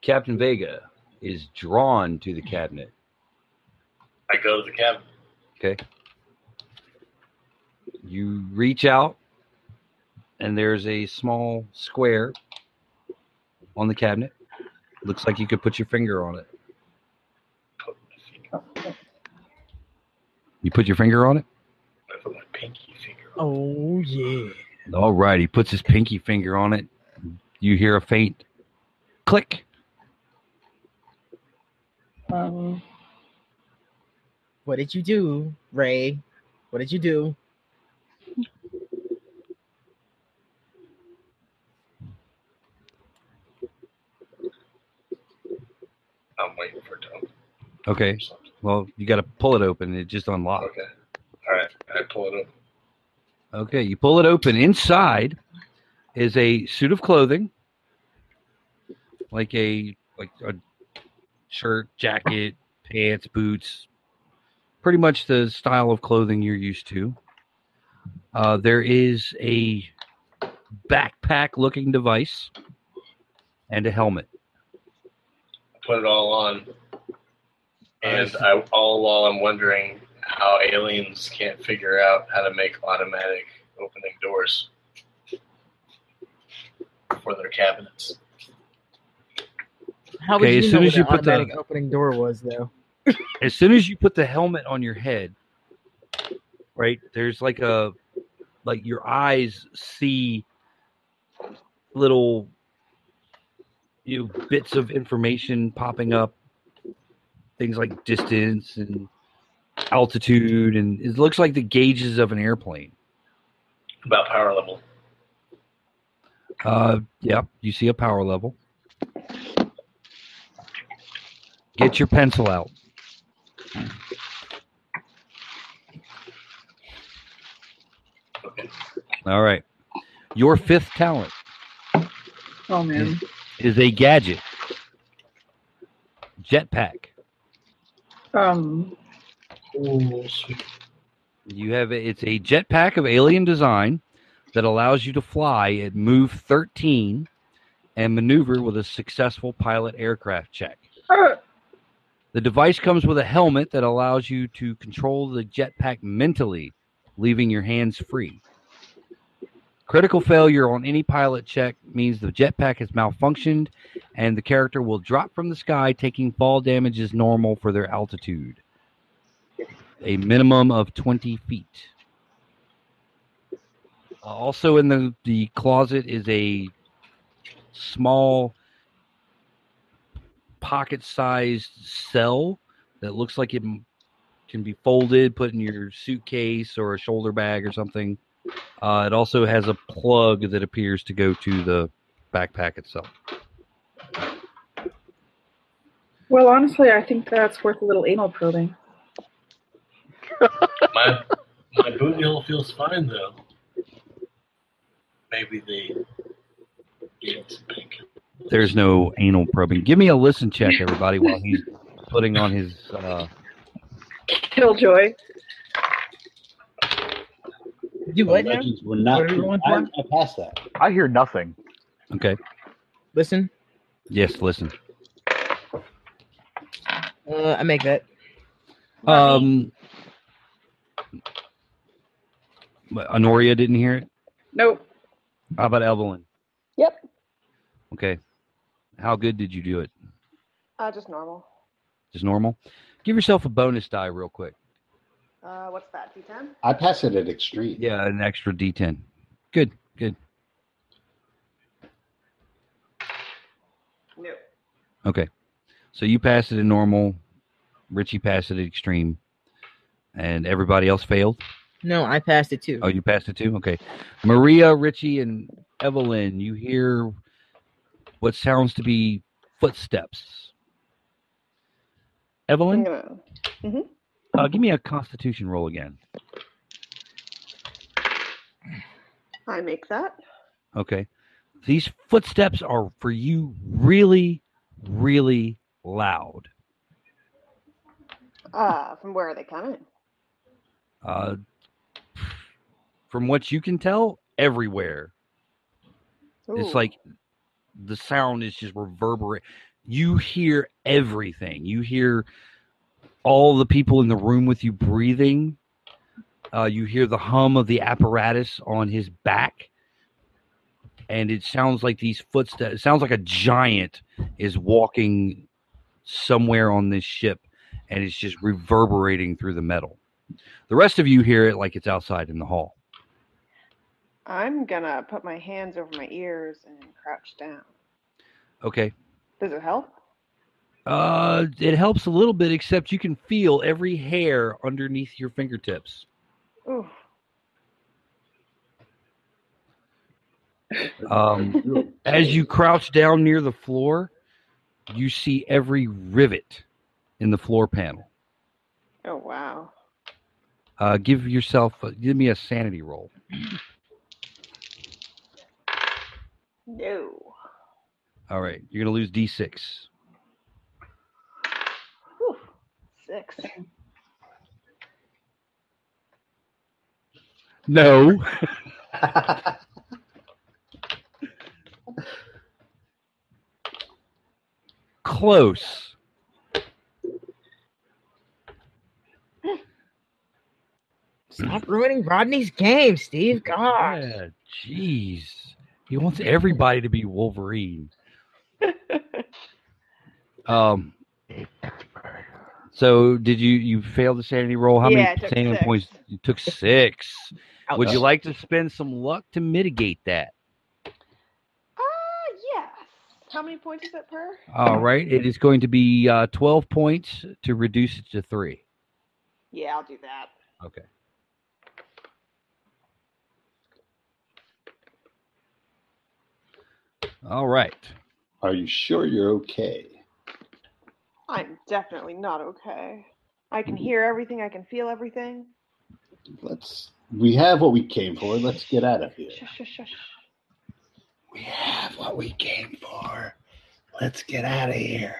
S4: Captain Vega is drawn to the cabinet.
S9: I go to the cabin.
S4: Okay. You reach out, and there's a small square on the cabinet. Looks like you could put your finger on it.
S9: Put my finger.
S4: You put your finger on it?
S9: I put my pinky finger. on
S5: Oh yeah.
S4: All right. He puts his pinky finger on it. You hear a faint click.
S6: Um,
S5: What did you do, Ray? What did you do?
S9: I'm waiting for it to open.
S4: Okay. Well, you got to pull it open. It just unlocks.
S9: Okay. All right. I pull it up.
S4: Okay, you pull it open. Inside is a suit of clothing, like a like a shirt, jacket, pants, boots, pretty much the style of clothing you're used to. Uh, there is a backpack-looking device and a helmet.
S9: Put it all on. And I, all while I'm wondering how aliens can't figure out how to make automatic opening doors for their cabinets.
S5: How would
S4: Okay,
S5: you
S4: as
S5: know
S4: soon
S5: what
S4: as you
S5: an
S4: put the-
S5: automatic opening door was though?
S4: as soon as you put the helmet on your head, right, there's like a like your eyes see little you know, bits of information popping up, things like distance and altitude, and it looks like the gauges of an airplane.
S9: About power level.
S4: Uh, yeah, you see a power level. Get your pencil out.
S9: Okay.
S4: All right. Your fifth talent
S6: oh man.
S4: is a gadget. Jetpack.
S6: Um,
S9: Ooh, sweet.
S4: You have it's a jetpack of alien design that allows you to fly at move 13 and maneuver with a successful pilot aircraft check.
S6: uh,
S4: The device comes with a helmet that allows you to control the jetpack mentally, leaving your hands free. Critical failure on any pilot check means the jetpack has malfunctioned and the character will drop from the sky, taking fall damage as normal for their altitude. A minimum of 20 feet. Also, in the, the closet is a small pocket sized cell that looks like it m- can be folded, put in your suitcase or a shoulder bag or something. Uh, it also has a plug that appears to go to the backpack itself.
S6: well, honestly, I think that's worth a little anal probing.
S9: my my booty hole feels fine though. Maybe they gave it some painkillers.
S4: There's no anal probing. Give me a listen check, everybody, while he's putting on his. Uh,
S6: Killjoy.
S5: Do
S9: Oh,
S3: The
S5: what now?
S3: legends were not.
S5: What are we going
S3: I,
S5: for?
S3: I passed that.
S7: I hear nothing.
S4: okay.
S5: Listen,
S4: Yes, listen.
S5: uh, I make that.
S4: Um, but Honoria didn't hear it.
S6: Nope.
S4: How about Evelyn?
S8: Yep.
S4: Okay. How good did you do it?
S8: Uh, just normal.
S4: Just normal? Give yourself a bonus die real quick.
S8: Uh, what's that? D10.
S3: I passed it at extreme.
S4: Yeah, an extra D10. Good, good.
S8: No.
S4: Okay. So you passed it in normal. Richie passed it at extreme. And everybody else failed.
S5: No, I passed it too.
S4: Oh, you passed it too? Okay. Maria, Richie, and Evelyn, you hear what sounds to be footsteps. Evelyn,
S8: hmm
S4: uh, give me a Constitution roll again.
S8: I make that.
S4: Okay. These footsteps are for you really, really loud.
S8: Uh, from where are they coming?
S4: Uh, from what you can tell, everywhere. It's
S8: Ooh.
S4: like the sound is just reverberate. You hear everything. You hear all the people in the room with you breathing. Uh, you hear the hum of the apparatus on his back, and it sounds like these footsteps. It sounds like a giant is walking somewhere on this ship, and it's just reverberating through the metal. The rest of you hear it like it's outside in the hall.
S8: I'm gonna put my hands over my ears and crouch down.
S4: Okay.
S8: Does it help?
S4: Uh, it helps a little bit, except you can feel every hair underneath your fingertips.
S8: Ooh.
S4: Um, as you crouch down near the floor, you see every rivet in the floor panel.
S8: Oh wow.
S4: Uh, give yourself, give me a sanity roll.
S8: No.
S4: All right, you're gonna lose d6.
S8: Whew. Six.
S4: No. Close.
S5: Stop ruining Rodney's game, Steve. God.
S4: Yeah, jeez. He wants everybody to be Wolverine. um. So did you you fail the sanity roll? How
S8: Yeah, I
S4: many
S8: took
S4: sanity
S8: six.
S4: points? You took six. Would
S5: Ouch.
S4: you like to spend some luck to mitigate that?
S8: Ah, yes. How many points is it per?
S4: All right. It is going to be uh, twelve points to reduce it to three.
S8: Yeah, I'll do that.
S4: Okay. All right.
S3: Are you sure you're okay?
S8: I'm definitely not okay. I can hear everything. I can feel everything.
S3: Let's. We have what we came for. Let's get out of here.
S8: Shush, shush, shush.
S3: We have what we came for. Let's get out of here.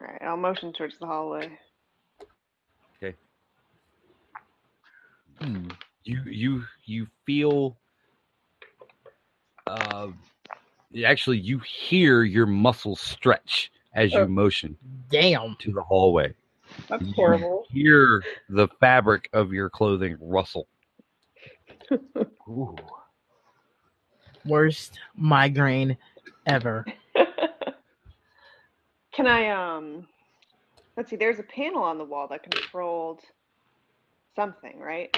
S8: All right, I'll motion towards the hallway.
S4: Hmm. you you you feel uh actually you hear your muscles stretch as you
S5: Oh.
S4: motion
S5: Damn.
S4: to the hallway
S6: That's horrible.
S4: you hear the fabric of your clothing rustle
S3: Ooh.
S5: Worst migraine ever.
S8: can I um let's see, there's a panel on the wall that controlled something, right?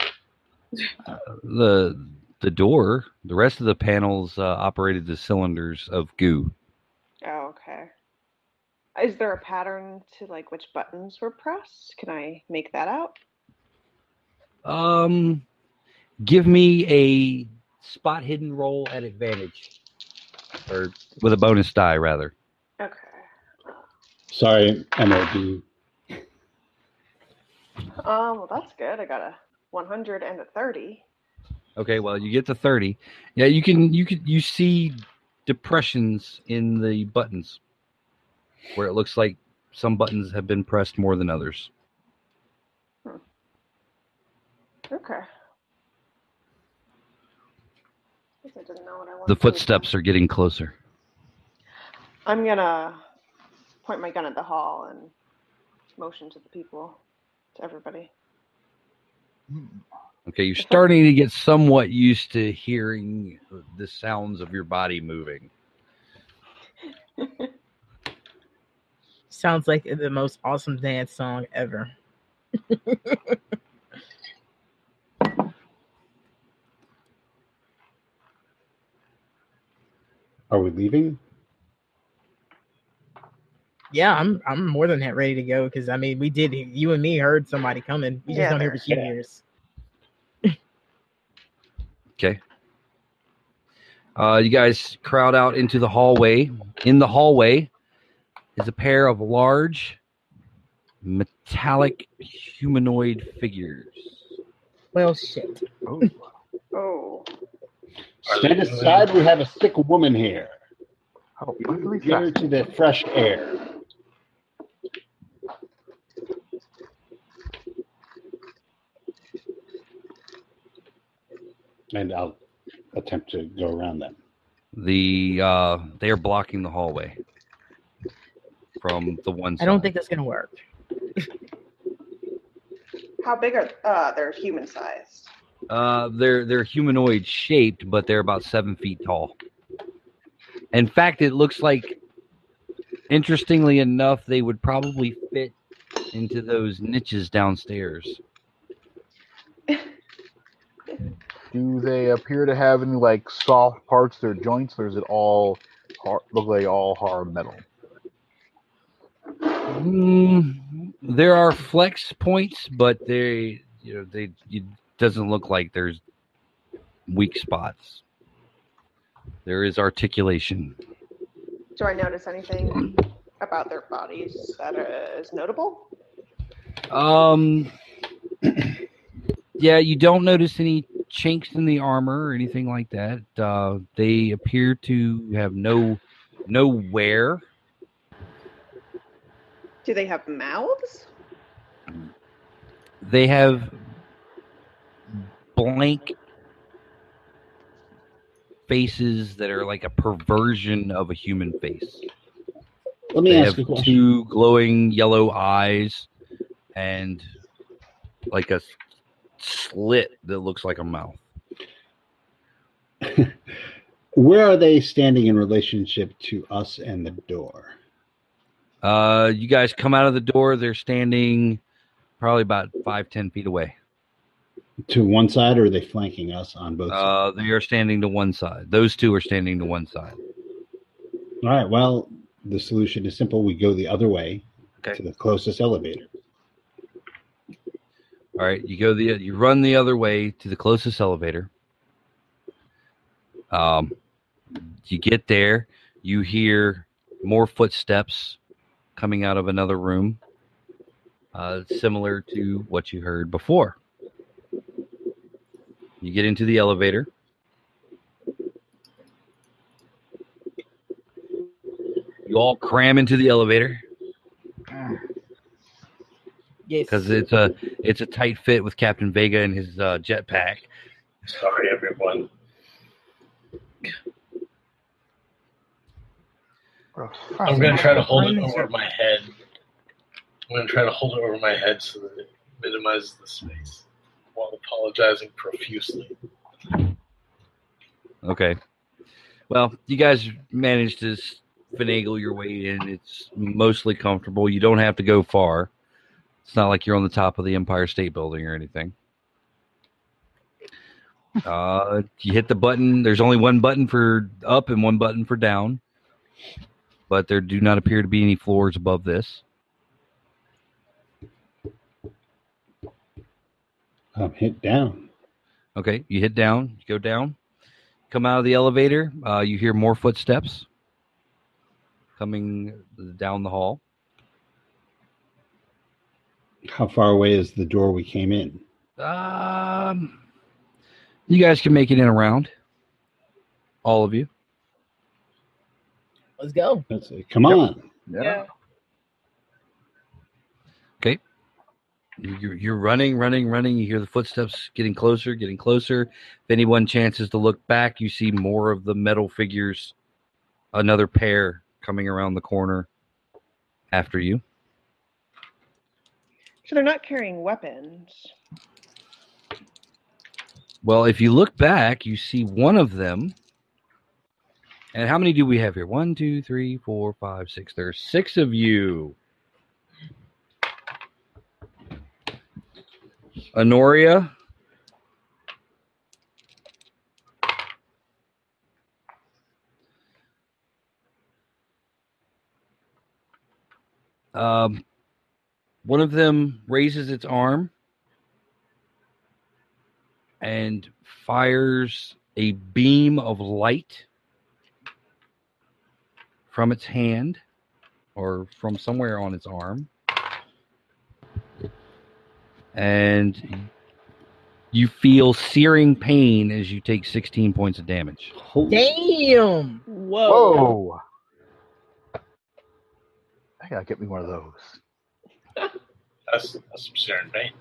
S4: the the door the rest of the panels uh, operated the cylinders of goo
S8: Oh, okay. Is there a pattern to like which buttons were pressed? Can I make that out?
S4: um give me a spot hidden roll at advantage or with a bonus die rather
S8: Okay.
S3: Sorry, MLB.
S8: Um well that's good. I got a one hundred and a thirty.
S4: Okay, well, you get to 30. Yeah, you can you can you see depressions in the buttons where it looks like some buttons have been pressed more than others.
S8: Okay. Guess I didn't know what I wanted
S4: The
S8: to do with
S4: footsteps
S8: that.
S4: are getting closer.
S8: I'm gonna point my gun at the hall and motion to the people, to everybody.
S4: Okay, you're starting to get somewhat used to hearing the sounds of your body moving.
S5: Sounds like the most awesome dance song ever.
S3: Are we leaving?
S5: Yeah, I'm I'm more than that ready to go because I mean we did you and me heard somebody coming. We just
S8: Yeah,
S5: don't hear
S8: there's-
S5: what you hears.
S4: Okay. Uh, you guys crowd out into the hallway. In the hallway is a pair of large, metallic humanoid figures.
S5: Well, shit.
S8: Oh.
S3: Stand aside. We have a sick woman here.
S7: How ugly
S3: Get her
S7: is
S3: to the fresh air. And I'll attempt to go around them.
S4: The uh, they are blocking the hallway from the one.
S5: I don't
S4: side.
S5: think that's gonna work.
S8: How big are uh they're human sized.
S4: Uh, they're they're humanoid shaped, but they're about seven feet tall. In fact, it looks like, interestingly enough, they would probably fit into those niches downstairs.
S7: Do they appear to have any like soft parts to their joints, or is it all hard, look like all hard metal?
S4: Mm, there are flex points, but they you know they it doesn't look like there's weak spots. There is articulation.
S8: Do I notice anything about their bodies that is notable?
S4: Um. yeah, you don't notice any chinks in the armor or anything like that. Uh, they appear to have no no wear.
S8: Do they have mouths?
S4: They have blank faces that are like a perversion of a human face.
S3: Let me
S4: They
S3: ask
S4: have
S3: you a question.
S4: two glowing yellow eyes and like a s- slit that looks like a mouth.
S3: Where are they standing in relationship to us and the door?
S4: Uh, you guys come out of the door. They're standing probably about five, ten feet away.
S3: To one side, or are they flanking us on both sides?
S4: Uh, they are standing to one side. Those two are standing to one side.
S3: All right. Well, the solution is simple. We go the other way
S4: Okay.
S3: to the closest elevator.
S4: All right, you go the you run the other way to the closest elevator. Um, you get there. You hear more footsteps coming out of another room, uh, similar to what you heard before. You get into the elevator. You all cram into the elevator.
S5: Yes.
S4: because it's a it's a tight fit with Captain Vega and his uh, jetpack.
S9: Sorry, everyone. I'm gonna try to hold it over my head. I'm gonna try to hold it over my head so that it minimizes the space while apologizing profusely.
S4: Okay, well, you guys managed to s- finagle your way in. It's mostly comfortable. You don't have to go far. It's not like you're on the top of the Empire State Building or anything. Uh, you hit the button. There's only one button for up and one button for down, but there do not appear to be any floors above this.
S3: Um, hit down.
S4: Okay, you hit down, you go down, come out of the elevator. Uh, you hear more footsteps coming down the hall.
S3: How far away is the door we came in?
S4: Um, you guys can make it in a round, all of you.
S5: Let's go.
S3: Let's see. Come on.
S7: Yeah.
S4: You're, you're running, running, running. You hear the footsteps getting closer, getting closer. If anyone chances to look back, you see more of the metal figures, another pair coming around the corner after you.
S8: So they're not carrying weapons.
S4: Well, if you look back, you see one of them. And how many do we have here? One, two, three, four, five, six. There's six of you. Honoria. Um, one of them raises its arm and fires a beam of light from its hand or from somewhere on its arm. And you feel searing pain as you take 16 points of damage.
S5: Damn.
S6: Whoa.
S7: Whoa! I gotta get me one of those.
S9: That's, that's some searing pain.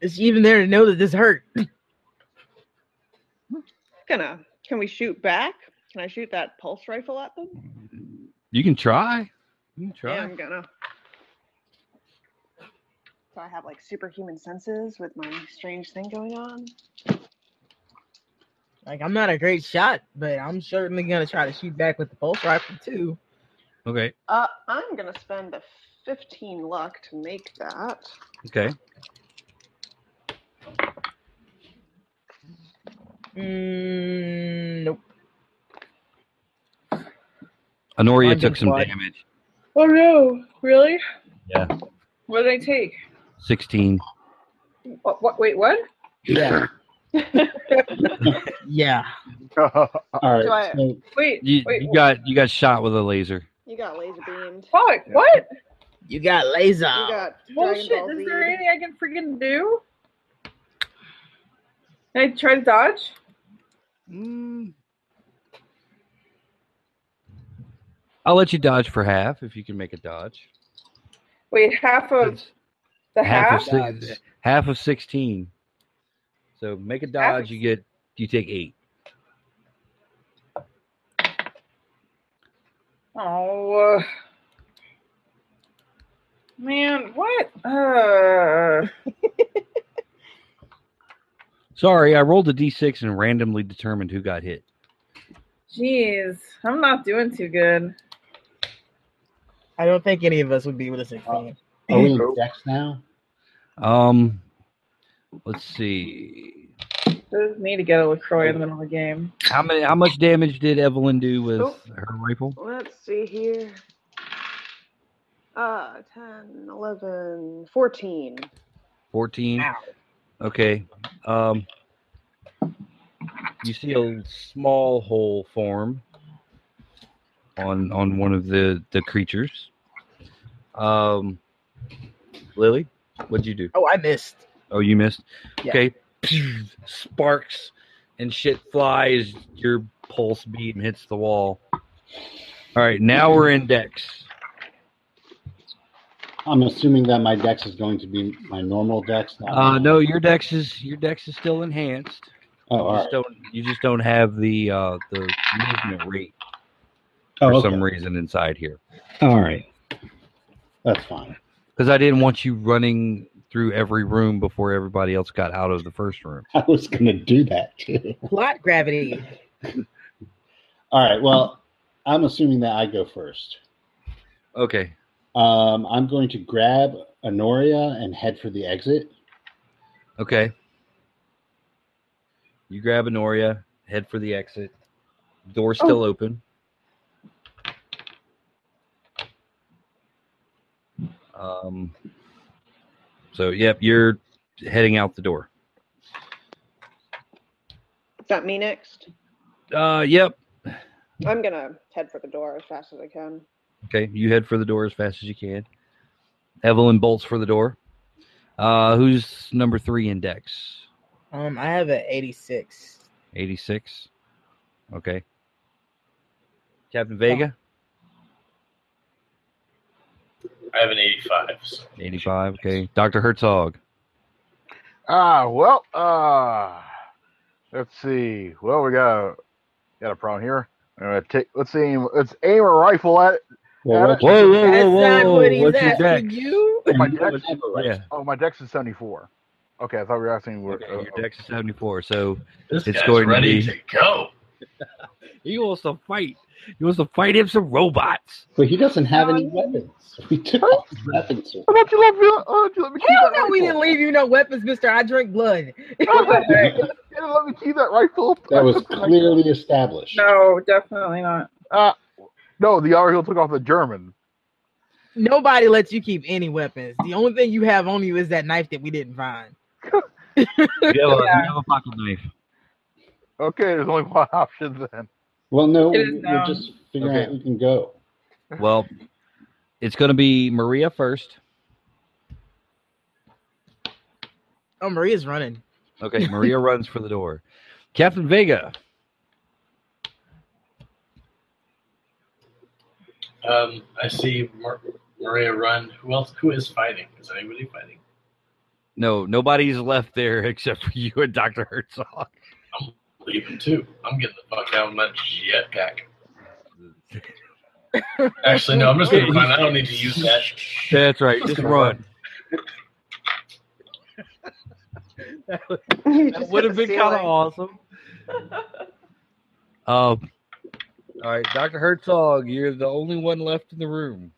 S5: It's even there to know that this hurt.
S8: Gonna. Can we shoot back? Can I shoot that pulse rifle at them?
S4: You can try. You can try.
S8: Yeah, I'm gonna. So I have like superhuman senses with my strange thing going on.
S5: Like I'm not a great shot, but I'm certainly gonna try to shoot back with the pulse rifle too.
S4: Okay.
S8: Uh, I'm gonna spend the 15 luck to make that.
S4: Okay.
S5: Mm, nope.
S4: Honoria
S5: Blinding
S4: took some
S5: blood.
S4: damage.
S6: Oh no! Really?
S4: Yeah.
S6: What did I take?
S4: 16.
S6: What? what wait, what?
S5: Yeah. yeah.
S3: All right.
S8: Do I-
S3: so-
S6: Wait,
S4: You,
S6: wait.
S4: you got you got shot with a laser.
S8: You got laser beamed. You
S6: fuck. What?
S5: You got laser.
S8: got Dragon
S6: Bullshit.
S8: Ball
S6: Is
S8: Z.
S6: there anything I can freaking do? Can I try to dodge?
S5: Mm.
S4: I'll let you dodge for half if you can make a dodge.
S6: Wait, half of the half.
S4: of six, half of 16. So make a dodge, you get you take 8.
S6: Oh. uh, Man, what? Uh,
S4: Sorry, I rolled a d6 and randomly determined who got hit.
S6: jeez, I'm not doing too good.
S5: I don't think any of us would be with a 16.
S3: Are we in Dex now?
S4: Um let's see.
S6: Just need to get a Lacroix in the middle of the game.
S4: How many how much damage did Evelyn do with
S8: Oh.
S4: her rifle?
S8: Let's see here. Uh, 10, 11, 14.
S4: 14.
S5: Ow.
S4: Okay. Um, you see a small hole form on on one of the the creatures. Um, Lily, what'd you do?
S5: Oh, I missed.
S4: Oh, you missed.
S5: Yeah.
S4: Okay. Sparks and shit flies. Your pulse beam hits the wall. All right, now we're in Dex.
S3: I'm assuming that my Dex is going to be my normal Dex. not
S4: Uh,
S3: my-
S4: no, your Dex is your Dex is still enhanced.
S3: Oh,
S4: You
S3: all
S4: just
S3: right.
S4: don't you just don't have the uh, the movement rate
S3: Oh,
S4: for
S3: okay.
S4: some reason inside here
S3: all right. That's fine.
S4: because I didn't want you running through every room before everybody else got out of the first room.
S3: I was going to do that too.
S5: Plot gravity.
S3: All right. Well, I'm assuming that I go first.
S4: Okay,
S3: Um, I'm going to grab Honoria and head for the exit.
S4: okay. You grab Anoria, head for the exit. Door
S3: Oh.
S4: still open. Um. So yep, you're heading out the door.
S8: Is that me next?
S4: Uh, yep.
S8: I'm gonna head for the door as fast as I can.
S4: Okay, you head for the door as fast as you can. Evelyn bolts for the door. Uh, who's number three in Dex?
S5: Um, I have a 86.
S4: 86. Okay. Captain Vega,
S9: I have an 85. So
S4: 85. Okay. Dr. Herzog,
S7: Ah, well, uh, let's see. Well, we got got a problem here. I'm gonna take. Let's aim. Let's aim a rifle at.
S3: Well,
S7: Got
S3: what's-
S4: Whoa, whoa, whoa, whoa,
S5: That's not
S4: whoa.
S5: what he's
S4: What's your
S5: asking
S4: dex?
S5: you.
S7: My
S3: you
S7: dex.
S3: would have a right.
S4: Yeah.
S7: Oh, my dex is 74. Okay, I thought we were asking. What,
S4: Okay,
S7: uh,
S4: your dex is 74. So
S9: this
S4: It's
S9: guy's
S4: going to
S9: ready
S4: be-
S9: to, go.
S4: he wants to fight. He wants to fight him some robots.
S3: But he doesn't have any weapons. We took all his weapons.
S7: Why don't you let me? Uh, don't you let me keep
S5: Hell
S7: that
S5: no,
S7: rifle?
S5: we didn't leave you no weapons, mister. I drink blood.
S7: you didn't let me keep that rifle.
S3: That was
S7: I-
S3: clearly established.
S6: No, definitely not.
S7: Uh, no, the Ariel took off the German.
S5: Nobody lets you keep any weapons. The only thing you have on you is that knife that we didn't find.
S4: You have, a, you have a pocket knife.
S7: Okay, there's only one option then.
S3: Well, no,
S6: It is
S3: we're
S6: now.
S3: just figuring
S7: Okay.
S3: out who can go.
S4: Well, it's going to be Maria first.
S5: Oh, Maria's running.
S4: Okay, Maria runs for the door. Captain Vega.
S9: Um, I see Mar- Maria run. Who else? Who is fighting? Is anybody fighting?
S4: No, nobody's left there except for you and Dr. Herzog.
S9: Leaving too. I'm getting the fuck out of my jetpack. Actually, no. I'm just gonna run. I don't need to use that.
S4: That's right. Just run. That would have been kind of awesome. Um, all right, Dr. Herzog, you're the only one left in the room.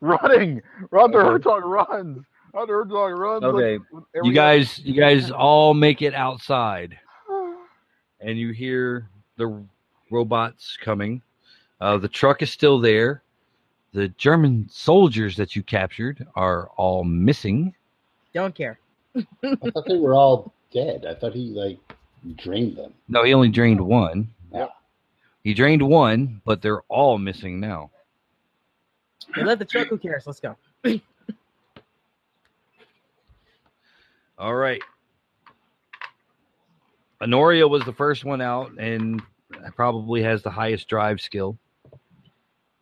S7: Running. Roger
S4: Okay.
S7: Herzog runs. Roger Herzog runs. like-
S4: Okay.
S7: with
S4: You
S7: every-
S4: guys, you guys all make it outside, and you hear the robots coming. Uh, the truck is still there. The German soldiers that you captured are all missing.
S5: Don't care.
S3: I thought they were all dead. I thought he like drained them.
S4: No, he only drained one.
S3: Yeah.
S4: He drained one, but they're all missing now.
S5: They left the truck. Who cares? Let's go.
S4: All right. Honoria was the first one out and probably has the highest drive skill.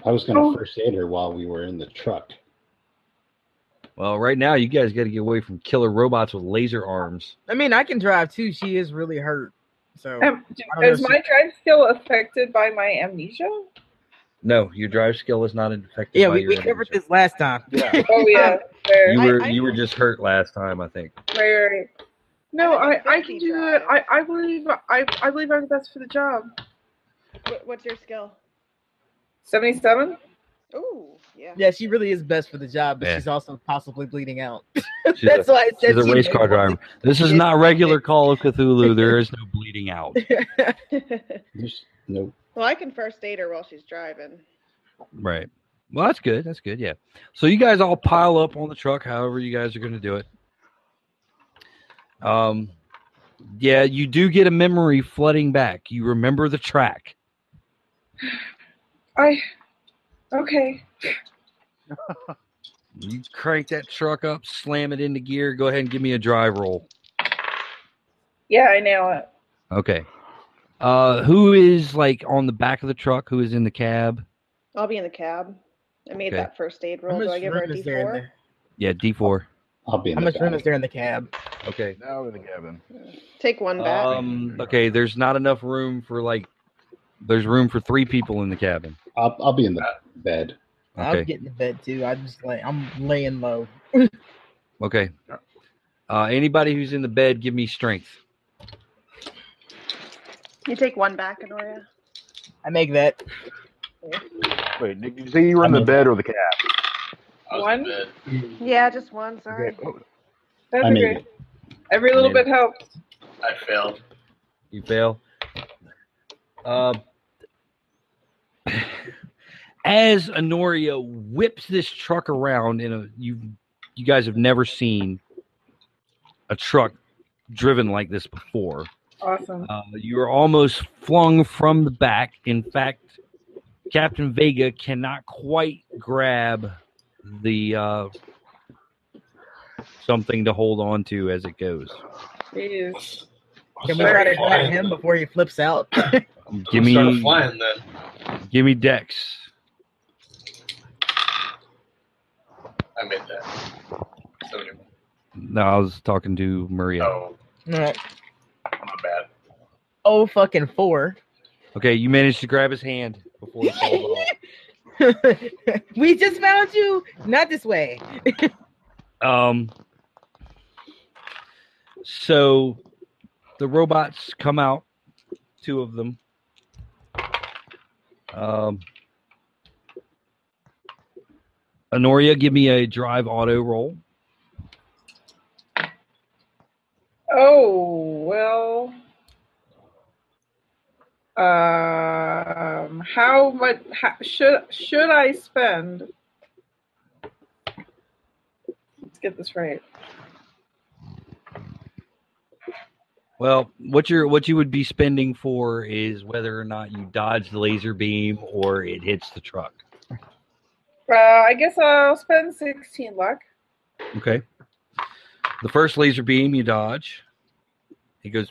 S3: I was going to
S6: Oh.
S3: first aid her while we were in the truck.
S4: Well, right now you guys got to get away from killer robots with laser arms.
S5: I mean, I can drive too. She is really hurt. So
S6: Um, d-
S5: I don't
S6: is
S5: know.
S6: my drive still affected by my amnesia?
S4: No, your drive skill is not affected.
S5: yeah,
S4: by
S5: we,
S4: your
S5: we
S4: energy.
S5: covered this last time.
S7: Yeah.
S6: Oh yeah, fair.
S4: You
S5: I-
S4: were
S5: I-
S4: you were just hurt last time, I think.
S6: Right, right, right. No, I, I can
S8: Fifty
S6: do
S8: drive.
S6: it. I, I believe I, I believe I'm the best for the job.
S8: What, what's your skill?
S6: Seventy seven?
S8: Ooh, yeah.
S5: Yeah, she really is best for the job, but
S4: Yeah.
S5: she's also possibly bleeding out.
S4: She's
S5: That's
S4: a,
S5: why I said
S4: she's a
S5: she
S4: race
S5: may
S4: car driver.
S5: want
S4: This is not regular Call of Cthulhu. There is no bleeding out.
S3: There's no.
S8: well, I can first aid her while she's driving.
S4: Right. Well, that's good. That's good. Yeah. So you guys all pile up on the truck, however you guys are going to do it. Um, yeah, you do get a memory flooding back. You remember the track.
S6: I okay.
S4: You crank that truck up, slam it into gear. Go ahead and give me a drive roll.
S6: Yeah, I nail it.
S4: Okay. Uh, who is like on the back of the truck? Who is in the cab?
S8: I'll be in the cab. I made
S4: Okay.
S8: that first aid
S5: to- How
S8: roll. Do I
S5: much
S8: give her a
S5: room is there in
S8: D4?
S5: there?
S4: Yeah, D four.
S3: I'll be in
S5: How
S3: the
S5: much room
S3: back.
S5: is there in the cab?
S4: Okay.
S7: Now we're in the cabin.
S8: Take one back.
S4: Um. Okay. There's not enough room for like. There's room for three people in the cabin.
S3: I'll, I'll be in the bed.
S5: I'm
S4: Okay.
S5: getting to bed too. I'm just lay, I'm laying low.
S4: Okay. Uh, anybody who's in the bed, give me strength.
S8: you take one back, Anoria.
S5: I make that.
S7: Wait, Nick, did you say you were in the bed or the cab?
S9: I was
S6: One?
S9: in bed.
S8: Yeah, just one. Sorry.
S7: Okay. oh,
S6: That's
S3: I made
S6: okay. Every little
S4: Made it.
S6: bit helps.
S9: I failed.
S4: You fail. Uh, as Honoria whips this truck around in a you you guys have never seen a truck driven like this before.
S6: Awesome.
S4: Uh, you are almost flung from the back. In fact, Captain Vega cannot quite grab the uh, something to hold on to as it goes.
S6: Jeez.
S5: Can we
S9: Sorry,
S5: try to grab
S9: flying.
S5: him before he flips out?
S4: Give
S9: I'm gonna start
S4: me,
S9: flying then.
S4: give me Dex.
S9: I made that. So anyway.
S4: No, I was talking to Maria.
S9: Oh,
S5: Alright.
S9: my bad.
S5: oh fucking four.
S4: Okay, you managed to grab his hand before he falls off.
S5: we just found you. Not this way.
S4: Um, so the robots come out, two of them. Um, Honoria, give me a drive auto roll.
S6: Oh well. Um, how much ha, should should I spend? Let's get this right.
S4: Well, what you're what you would be spending for is whether or not you dodge the laser beam or it hits the truck.
S6: Uh, I guess I'll spend 16 luck.
S4: Okay. The first laser beam you dodge. It goes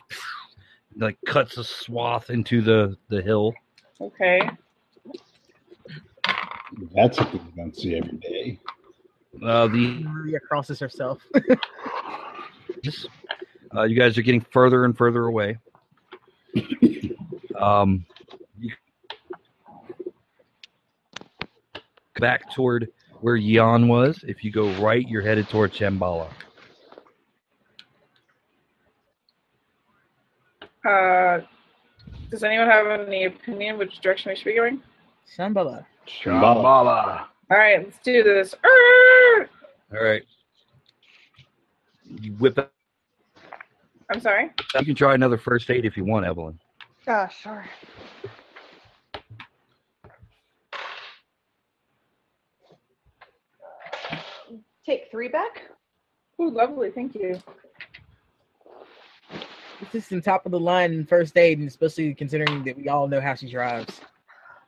S4: like cuts a swath into the the hill.
S6: Okay.
S3: That's something you don't see every day.
S4: Uh, the
S5: Maria crosses herself.
S4: uh, you guys are getting further and further away. um, you- back toward where Yan was. If you go right, you're headed toward Shambhala.
S6: Uh, does anyone have any opinion which direction we should be going?
S5: Shambhala.
S3: Shambhala.
S6: All right, let's do this. Arr!
S4: All right. You whip out.
S6: I'm sorry.
S4: You can try another first aid if you want, Evelyn.
S8: Oh, sure. Take three back.
S6: Ooh, lovely. Thank you.
S5: This is in top of the line in first aid, and especially considering that we all know how she drives.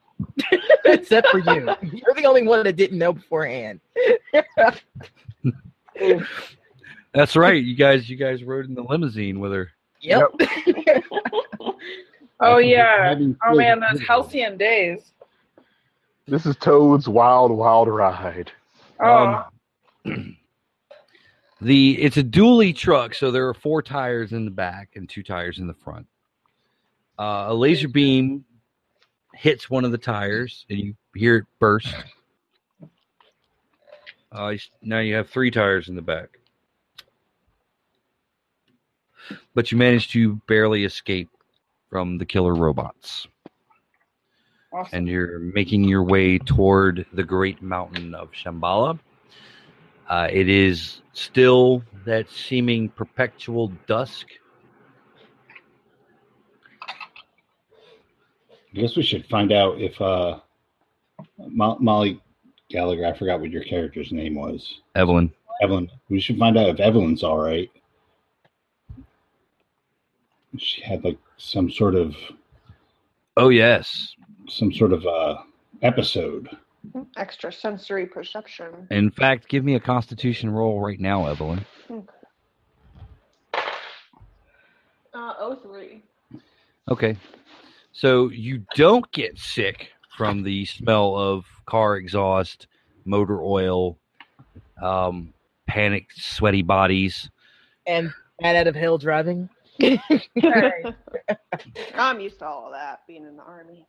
S5: Except for you. You're the only one that didn't know beforehand.
S4: That's right. You guys, you guys rode in the limousine with her.
S5: Yep.
S6: Oh,
S3: I think
S6: yeah.
S3: having
S6: Oh,
S3: kids
S6: man,
S3: is
S6: those
S3: miserable.
S6: halcyon days.
S7: This is Toad's wild, wild ride.
S6: Oh,
S4: The it's a dually truck, so there are four tires in the back and two tires in the front. Uh, a laser beam hits one of the tires, and you hear it burst. Uh, you s- now you have three tires in the back, but you manage to barely escape from the killer robots,
S6: awesome.
S4: and you're making your way toward the great mountain of Shambhala. Uh, it is still that seeming perpetual dusk.
S3: I guess we should find out if uh, Mo- Molly Gallagher, I forgot what your character's name was.
S4: Evelyn,
S3: Evelyn, we should find out if Evelyn's all right. She had like some sort of
S4: Oh yes,
S3: some sort of uh episode.
S8: Extra sensory perception.
S4: in fact, give me a Constitution roll right now, Evelyn.
S8: Uh, oh, three.
S4: Okay, so you don't get sick from the smell of car exhaust, motor oil, um, panicked, sweaty bodies.
S5: And bad out of hell driving.
S6: Okay.
S8: I'm used to all of that being in the army.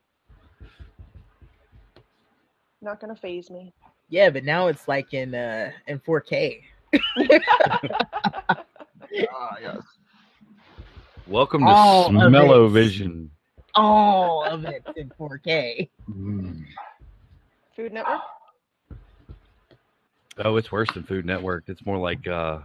S8: Not gonna phase me.
S5: Yeah, but now it's like in uh in 4K.
S7: Ah, yes.
S4: Welcome to
S5: All of it.
S4: Smellovision.
S8: Oh.
S5: All of it in 4K.
S4: Mm.
S8: Food Network.
S4: Oh, it's worse than Food Network. It's more like uh,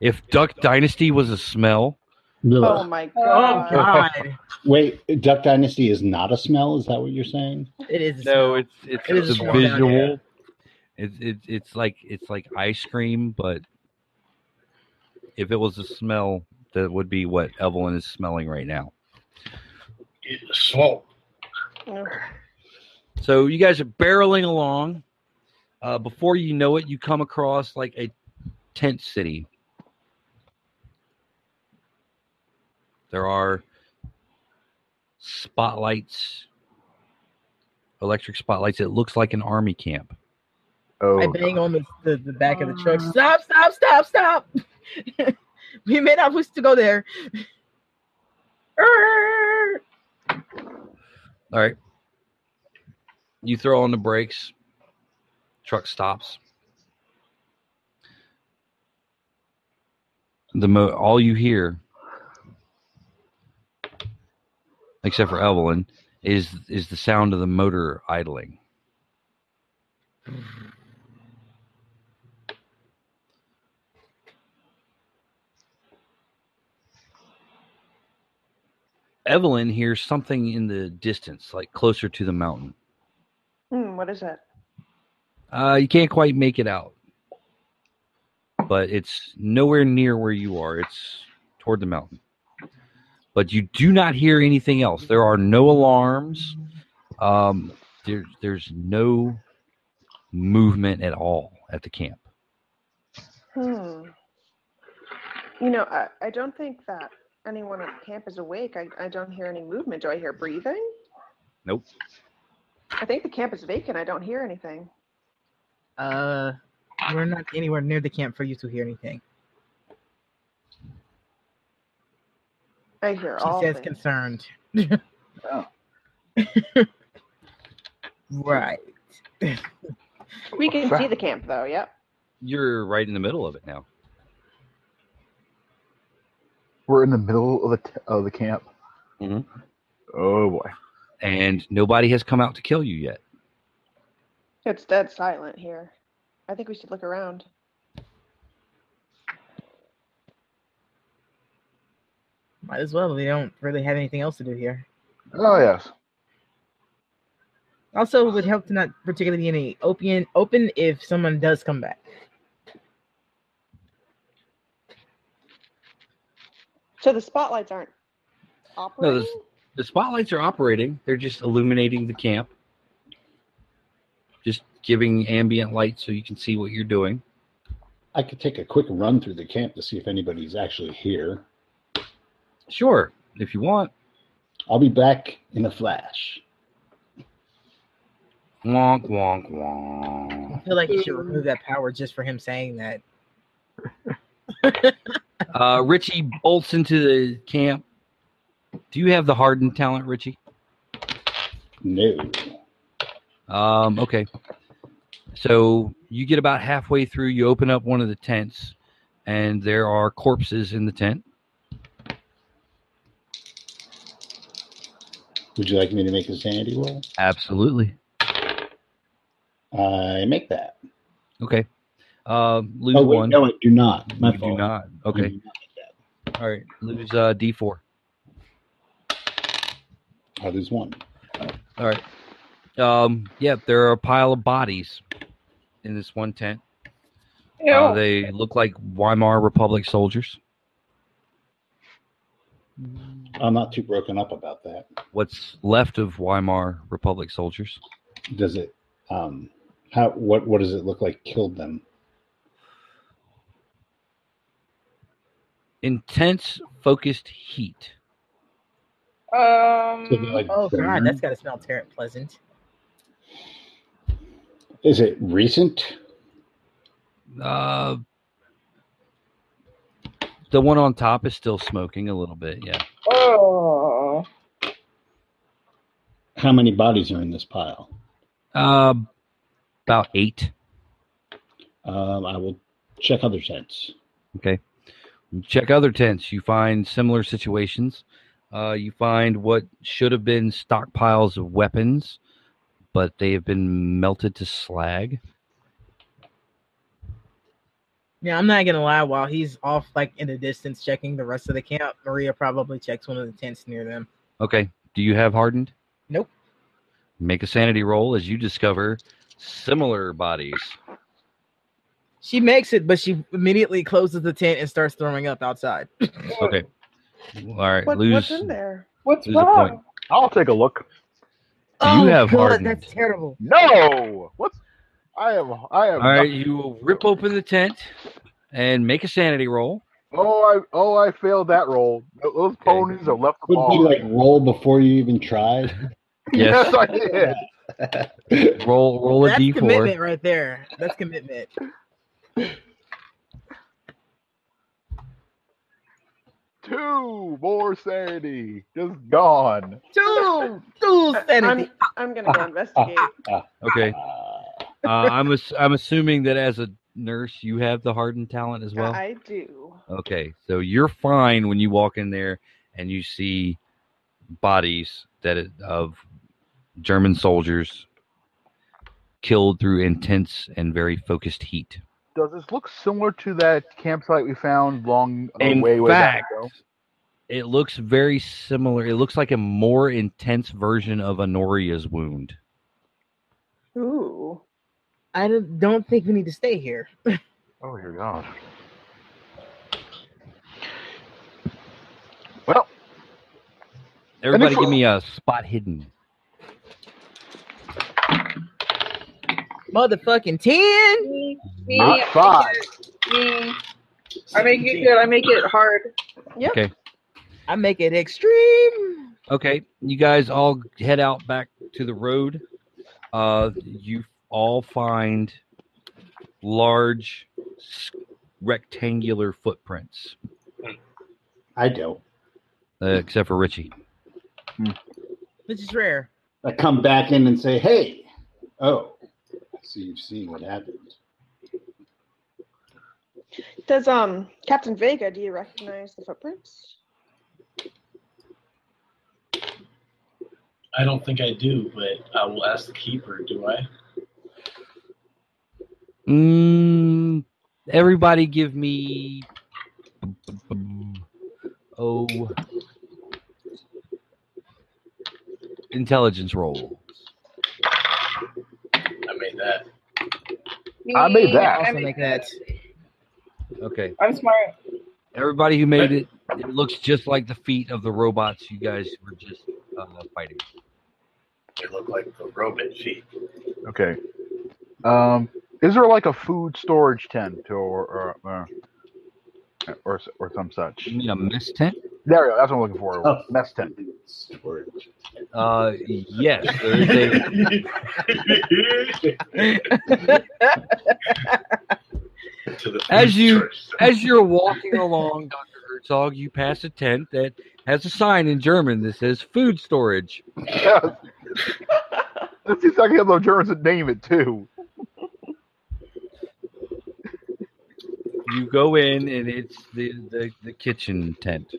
S4: if Duck Dynasty was a smell.
S8: Oh my
S6: Oh,
S8: god.
S5: God.
S3: Wait, Duck Dynasty is not a smell, is that what you're saying?
S5: It is.
S4: No, it's it's,
S5: It is
S4: it's
S5: a
S4: a
S5: smell down there.
S4: visual. It's it's it's like it's like ice cream, but if it was a smell, that would be what Evelyn is smelling right now.
S9: Eat the swamp.
S4: So you guys are barreling along. Uh, before you know it, you come across like a tent city. There are spotlights, electric spotlights. It looks like an army camp.
S7: Oh,
S5: I bang on the, the, the back of the truck. Stop, stop, stop, stop. we may not wish to go there.
S6: Arr!
S4: All right. You throw on the brakes. Truck stops. The mo- all you hear, except for Evelyn, is is the sound of the motor idling. Evelyn hears something in the distance, like closer to the mountain.
S8: Hmm, what is it?
S4: Uh, you can't quite make it out, but it's nowhere near where you are. It's toward the mountain. but you do not hear anything else. There are no alarms. Um, there, there's no movement at all at the camp.
S8: Hmm. You know, I, I don't think that anyone at camp is awake. I, I don't hear any movement. Do I hear breathing?
S4: Nope.
S8: I think the camp is vacant. I don't hear anything.
S5: Uh, we're not anywhere near the camp for you to hear anything.
S8: I hear
S5: She
S8: all.
S5: says
S8: things.
S5: concerned.
S3: Oh.
S5: right.
S8: we can see the camp though. Yep.
S4: You're right in the middle of it now.
S7: We're in the middle of the t- of the camp.
S4: Mhm.
S7: Oh boy.
S4: and nobody has come out to kill you yet.
S8: It's dead silent here. I think we should look around.
S5: Might as well. They don't really have anything else to do here.
S7: Oh yes.
S5: Also, it would help to not particularly be any open open if someone does come back.
S8: So the spotlights aren't operating.
S4: there's- The spotlights are operating; they're just illuminating the camp, just giving ambient light so you can see what you're doing.
S3: I could take a quick run through the camp to see if anybody's actually here.
S4: Sure, if you want.
S3: I'll be back in a flash.
S4: Wonk wonk wonk.
S5: I feel like you should remove that power just for him saying that.
S4: Uh, Richie bolts into the camp. Do you have the hardened talent, Richie?
S3: No.
S4: Um, okay. So you get about halfway through, you open up one of the tents, and there are corpses in the tent.
S3: Would you like me to make a sanity roll?
S4: Absolutely.
S3: I make that.
S4: Okay. Uh, lose
S3: Oh,
S4: one.
S3: wait, no, I do not. My
S4: you do
S3: fault. Mm-hmm.
S4: not.
S3: I
S4: Okay.
S3: do not make that.
S4: All right. Lose uh, D4.
S3: I lose one.
S4: All right. Um, yeah, there are a pile of bodies in this one tent. Uh, they look like Weimar Republic soldiers.
S3: I'm not too broken up about that.
S4: What's left of Weimar Republic soldiers?
S3: Does it? Um, how? What? What does it look like? Killed them?
S4: Intense, focused heat.
S6: Um,
S3: So they're like
S5: Oh God,
S4: Mm-hmm.
S3: burned?
S5: that's gotta smell terrible pleasant.
S3: Is it recent?
S4: Uh, the one on top is still smoking a little bit. Yeah.
S6: oh.
S3: How many bodies are in this pile?
S4: Uh, about eight.
S3: Um, I will check other tents.
S4: check other tents you find similar situations uh, you find what should have been stockpiles of weapons but they have been melted to slag
S5: Yeah, I'm not gonna lie. While he's off, like in the distance, checking the rest of the camp, Maria probably checks one of the tents near them.
S4: okay do you have hardened
S5: Nope.
S4: make a sanity roll as you discover similar bodies
S5: She makes it, but she immediately closes the tent and starts throwing up outside.
S4: okay all right
S8: What,
S4: lose
S8: what's in there?
S6: What's
S4: Lose a point.
S6: wrong?
S7: I'll take a look.
S4: You have hardened.
S5: Oh, that's terrible.
S7: No. What's? I am. I am.
S4: all right you rip open the tent and make a sanity roll
S7: Oh, I. Oh, I failed that roll. Th- Those ponies are left
S3: Would
S9: Oh.
S3: you
S7: behind.
S3: like roll before you even tried?
S4: yes
S7: I did.
S4: roll roll a
S5: That's
S4: d4
S5: commitment right there. That's commitment.
S7: Two more sanity. Just gone.
S5: Two, two
S8: I'm,
S5: sanity.
S8: I'm gonna
S4: Uh,
S8: go investigate.
S4: okay
S3: Uh,
S4: uh, I'm, ass- I'm assuming that as a nurse you have the hardened talent as well
S8: I do.
S4: Okay, so you're fine when you walk in there and you see bodies that it, of German soldiers killed through intense and very focused heat.
S7: Does this look similar to that campsite we found long uh,
S4: In
S7: way way back
S4: fact-
S7: ago?
S4: It looks very similar. It looks like a more intense version of Honoria's wound.
S8: Ooh.
S5: I don't- don't think we need to stay here.
S7: Oh, your God. Well,
S4: Everybody, give me a spot hidden.
S5: Motherfucking 10.
S6: Me, me,
S7: Not
S6: I make
S7: five.
S6: it- Me. I make it good. I make it hard.
S5: I make it extreme.
S4: Okay, you guys all head out back to the road. Uh, you all find large s- rectangular footprints,
S3: I don't.
S4: uh, except for Richie.
S5: Which is rare.
S3: I come back in and say, hey, oh, I see you've seen what happened.
S8: Does um Captain Vega? Do you recognize the footprints?
S9: I don't think I do, but I will ask the keeper. Do I?
S4: Mm, everybody, give me. Oh. Intelligence roll.
S9: I made that.
S6: Me,
S7: I made that.
S5: Also
S6: made
S5: make that.
S4: Okay.
S6: I'm smart.
S4: Everybody who made it, it looks just like the feet of the robots you guys were just uh, fighting.
S9: They look like the robot feet.
S7: Okay. Um, is there like a food storage tent or or uh, or, or some such?
S4: You mean a mist tent?
S7: There we go. That's what I'm looking for.
S3: Oh.
S7: Mess tent.
S3: Storage.
S4: Uh, yes. There is a,
S9: To the
S4: As you-
S9: first.
S4: as you're walking along, Dr. Herzog, you pass a tent that has a sign in German that says food storage.
S7: Yes. That's exactly how the Germans would name it too.
S4: You go in, and it's the, the, the kitchen tent.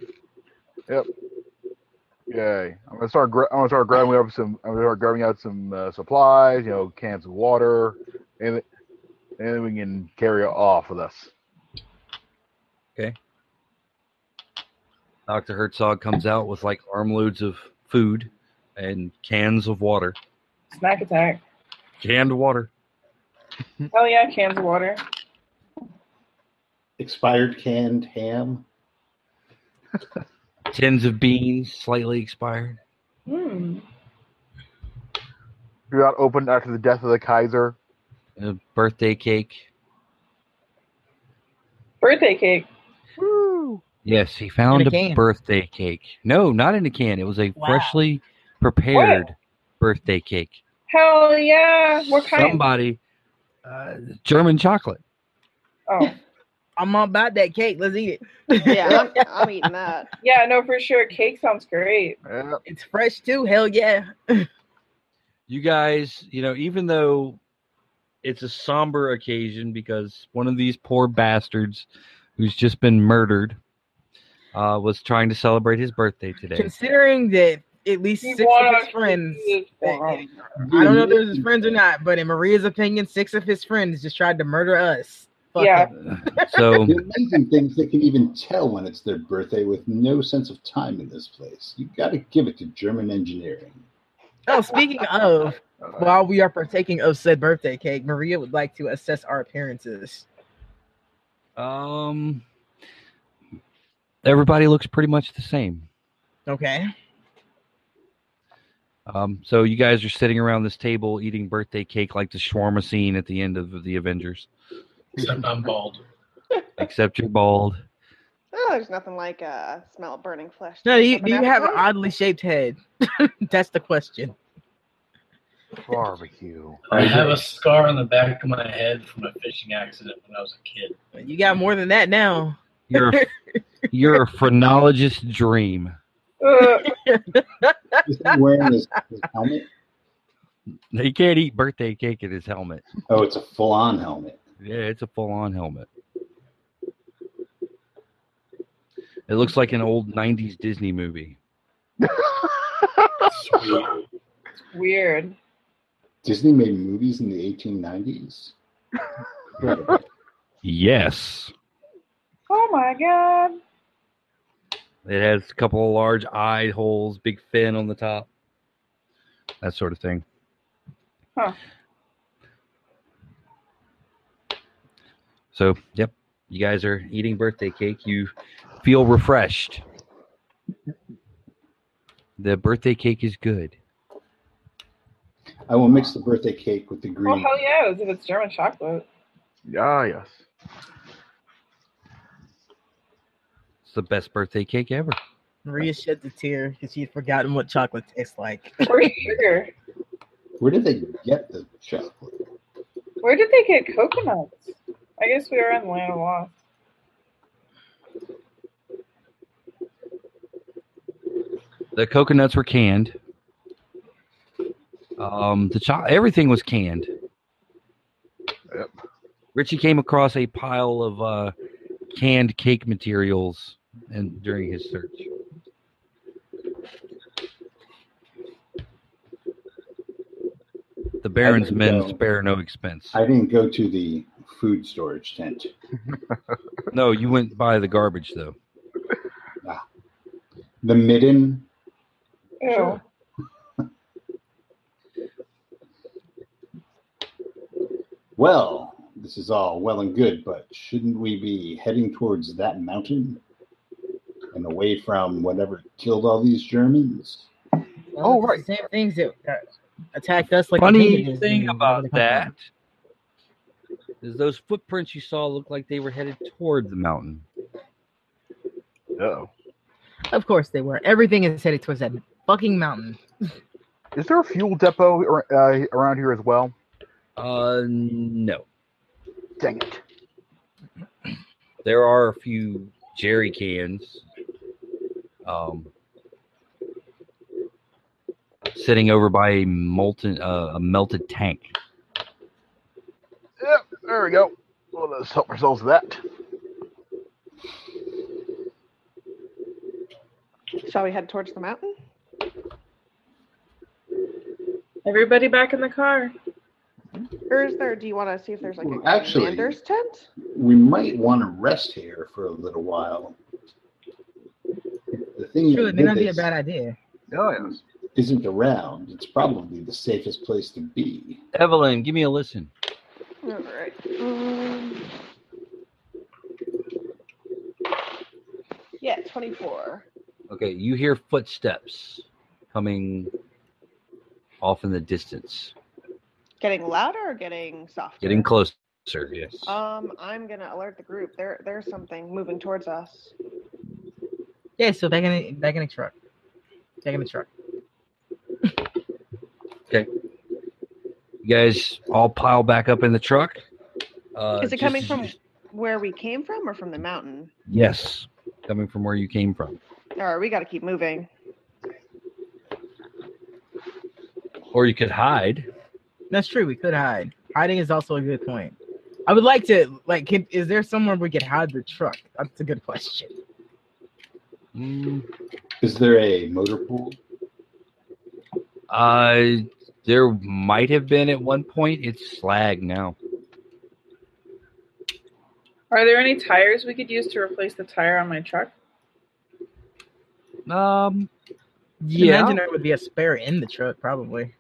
S7: Yay! I'm gonna start. Gra- I'm gonna start grabbing up some. I'm gonna start grabbing out some uh, supplies. You know, cans of water, and and we can carry it off with us.
S4: Dr. Herzog comes out with like armloads of food and cans of water,
S6: Snack attack.
S4: canned water.
S6: Hell yeah, cans of water.
S3: Expired canned ham.
S4: tins of beans, slightly expired.
S6: Hmm.
S7: Do not open after the death of the Kaiser.
S4: A birthday cake.
S6: Birthday cake.
S7: Woo!
S4: Yes, he found
S5: In a
S4: a,
S5: can.
S4: birthday cake. No, not in a can. It was a
S5: Wow.
S4: freshly prepared birthday cake.
S6: Hell yeah. What kind?
S4: Somebody, uh, German chocolate.
S6: Oh.
S5: I'm all about that cake. Let's eat it.
S8: Yeah, I'm, I'm eating that.
S6: Yeah, no, for sure. Cake sounds great.
S7: Yeah.
S5: It's fresh too. Hell yeah.
S4: You guys, you know, even though it's a somber occasion because one of these poor bastards who's just been murdered uh, was trying to celebrate his birthday today.
S5: Considering that at least
S6: We
S5: six of
S6: want
S5: his
S6: our
S5: friends.
S6: cookies for
S5: I
S6: him.
S5: don't know if they're his
S3: Mm-hmm.
S5: friends or not, but in Maria's opinion, six of his friends just tried to murder us. Fuck
S6: Yeah.
S5: it.
S4: So
S3: The amazing things they can even tell when it's their birthday with no sense of time in this place. You got to give it to German engineering.
S5: Oh, speaking of, while we are partaking of said birthday cake, Maria would like to assess our appearances.
S4: Um, everybody looks pretty much the same.
S5: Okay.
S4: Um, so you guys are sitting around this table eating birthday cake like the shawarma scene at the end of the Avengers,
S9: Except I'm bald.
S4: except you're bald.
S8: Oh, there's nothing like uh, smell of burning flesh.
S5: No, do you, do you have an
S8: odd?
S5: oddly shaped head? That's the question.
S7: Barbecue.
S9: I have a scar on the back of my head from a fishing accident when I was a kid.
S5: You got more than that now.
S4: You're a, you're a phrenologist dream.
S6: Ugh.
S3: Is he wearing his, his helmet?
S4: He can't eat birthday cake in his helmet.
S3: Oh, it's a full on helmet.
S4: Yeah, it's a full-on helmet. It looks like an old '90s Disney movie.
S9: Sweet.
S6: Weird.
S3: Disney made movies in the 1890s. Incredible.
S4: Yes,
S6: Oh my god.
S4: it has a couple of large eye holes, big fin on the top, that sort of thing.
S6: Huh.
S4: So, yep, you guys are eating birthday cake. You feel refreshed. The birthday cake is good.
S3: I will mix the birthday cake with the
S6: Well,
S3: green.
S6: hell yeah, if it's German chocolate.
S7: Ah, yes.
S4: It's the best birthday cake ever.
S5: Maria shed a tear because she'd forgotten what chocolate tastes like.
S6: Or sugar.
S3: Where did they get the chocolate?
S6: Where did they get coconuts? I guess we are in Land of Lost.
S4: The coconuts were canned. Um, the cho- everything was canned.
S7: Yep.
S4: Richie came across a pile of uh, canned cake materials and during his search. The Baron's
S3: didn't
S4: men
S3: know.
S4: spare no expense.
S3: I didn't go to the food storage tent.
S4: No, you went by the garbage though.
S3: The midden.
S6: Ew.
S3: Well, this is all well and good, but shouldn't we be heading towards that mountain and away from whatever killed all these Germans?
S7: Oh,
S5: it's
S7: right.
S5: the Same things that uh, attacked us. Like
S4: Funny
S5: pigeons
S4: thing
S5: and
S4: about
S5: wherever they come
S4: that
S5: from.
S4: is those footprints you saw looked like they were headed toward the mountain.
S7: No.
S5: Of course they were. Everything is headed towards that fucking mountain.
S7: Is there a fuel depot ar- uh, around here as well?
S4: Uh, no.
S7: Dang it.
S4: There are a few jerry cans um, sitting over by a molten, uh, a melted tank.
S7: Yep, there we go. Well, let's help ourselves with that.
S8: Shall we head towards the mountain?
S6: Everybody back in the car.
S8: Or is there? Do you want to see if there's like
S3: Ooh,
S8: a
S3: actually-
S8: commander's tent?
S3: We might want to rest here for a little while. The thing
S5: Sure,
S3: that
S5: it may
S3: did
S5: not be a
S3: this
S5: bad idea.
S7: Oh, yes.
S3: isn't around. It's probably the safest place to be.
S4: Evelyn, give me a listen.
S8: All right. Um, yeah, twenty-four.
S4: Okay, you hear footsteps coming off in the distance,
S8: Getting louder or getting softer?
S4: getting closer. Yes.
S8: Um, I'm gonna alert the group. There, there's something moving towards us.
S5: Yeah, so back in the, back in the truck. Back in the truck.
S4: You guys all pile back up in the truck. Uh,
S8: Is it
S4: just-
S8: coming from where we came from or from the mountain?
S4: Yes, coming from where you came from,
S8: All right, we got to keep moving.
S4: or you could hide.
S5: That's true. We could hide. Hiding is also a good point. I would like to like. Can, is there somewhere we could hide the truck? That's a good question.
S4: Mm,
S3: Is there a motor pool?
S4: Uh, there might have been at one point. It's slag now.
S6: Are there any tires we could use to replace the tire on my truck?
S4: Um,
S5: Yeah.
S4: yeah.
S5: Imagine there would be a spare in the truck, probably.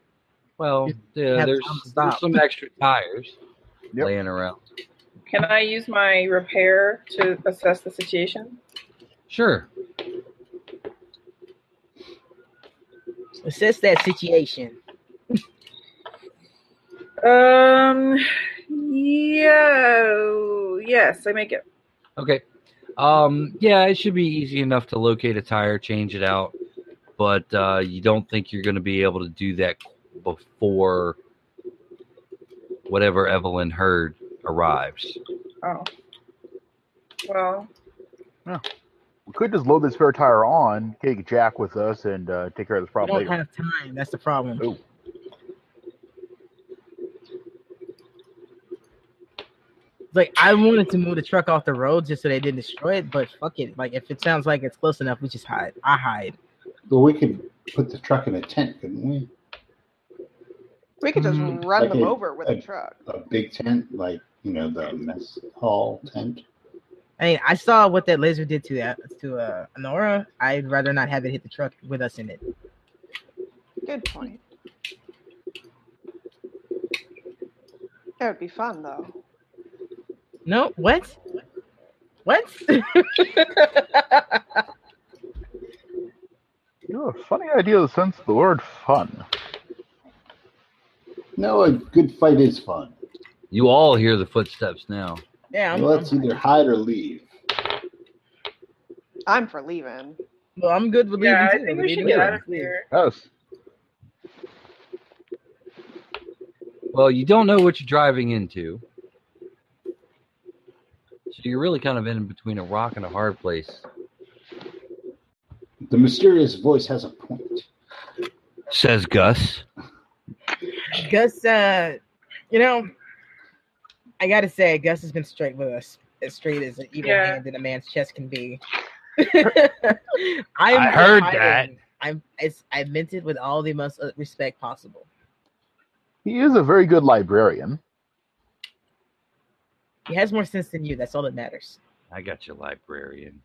S4: well, yeah,
S5: have
S4: there's,
S5: some
S4: there's
S5: stop.
S4: some extra tires
S7: Yep.
S4: laying around.
S6: Can I use my repair to assess the situation?
S4: Sure.
S5: Assess that situation.
S6: Um, yeah, yes, I make it.
S4: Okay. Um, yeah, it should be easy enough to locate a tire, change it out, but uh, you don't think you're going to be able to do that before whatever Evelyn heard arrives.
S6: Oh, well,
S7: We could just load the spare tire on, take Jack with us, and uh, take care of this
S5: We
S7: problem
S5: don't
S7: later.
S5: have time. That's the problem.
S7: Oh.
S5: Like I wanted to move the truck off the road just so they didn't destroy it, but fuck it. Like if it sounds like it's close enough, we just hide. I hide.
S3: Well, we could put the truck in a tent, couldn't we?
S8: We could just
S5: Mm,
S8: run
S3: like
S8: them
S3: a-
S8: over with
S3: a-
S8: a truck.
S3: A big tent, like you know the mess hall tent.
S5: I mean, I saw what that laser did to that to uh Honora. I'd rather not have it hit the truck with us in it.
S8: Good point. That would be fun, though.
S5: No, what? What?
S7: You're a funny the idea of the sense of the word fun?
S3: No, a good fight is fun.
S4: You all hear the footsteps now.
S5: Yeah, I'm,
S3: Let's either hide or leave.
S8: I'm for leaving.
S5: well, I'm good with leaving
S6: Yeah, I
S5: too.
S6: think we should
S5: Leaving
S6: get
S5: too.
S6: out of here.
S7: Yes.
S4: Well, you don't know what you're driving into. So you're really kind of in between a rock and a hard place.
S3: The mysterious voice has a point.
S4: Says Gus.
S5: Gus, uh, you know, I gotta say, Gus has been straight with us, as straight as an evil
S6: Yeah.
S5: hand in a man's chest can be. I, am
S10: I heard
S5: hiding.
S10: that.
S5: I'm. It's, I meant it with all the most uh, respect possible.
S7: He is a very good librarian.
S5: He has more sense than you. That's all that matters.
S4: I got your librarian.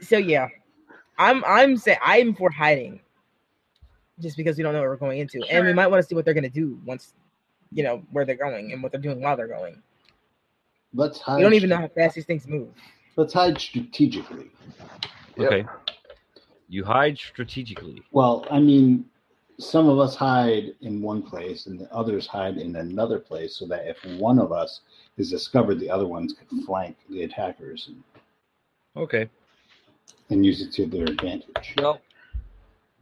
S5: So yeah, I'm. I'm saying I'm for hiding, just because we don't know what we're going into, and we
S6: Sure.
S5: might want to see what they're gonna do once, you know, where they're going and what they're doing while they're going.
S3: Let's
S6: Oh,
S3: hide.
S5: We don't even know how fast these things move.
S3: Let's hide strategically.
S7: Yep.
S4: Okay. You hide strategically.
S3: Well, I mean, some of us hide in one place and the others hide in another place so that if one of us is discovered, the other ones could flank the attackers and,
S4: Okay.
S3: and use it to their advantage.
S4: Well,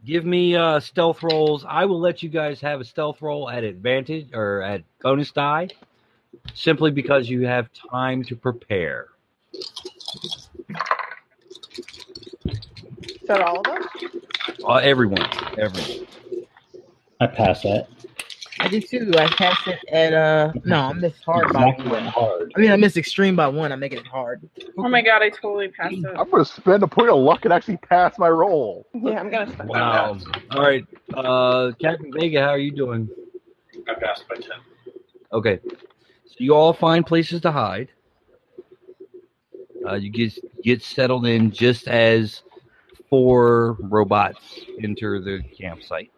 S4: give me uh, stealth rolls. I will let you guys have a stealth roll at advantage or at bonus die, simply because you have time to prepare.
S8: Is that all of us?
S4: Uh, everyone, everyone.
S3: I pass that.
S5: I did too. I passed it at uh no, I missed hard by
S3: Exactly
S5: one.
S3: hard.
S5: I mean I missed extreme by one, I'm making it hard.
S6: Oh my god, I totally passed it.
S7: I'm going to spend a point of luck and actually pass my roll.
S8: Yeah, I'm gonna spend.
S9: Wow.
S4: All right, uh, Captain Vega, how are you doing?
S9: I passed by 10.
S4: Okay. So you all find places to hide. Uh, you get get settled in just as four robots enter the campsite.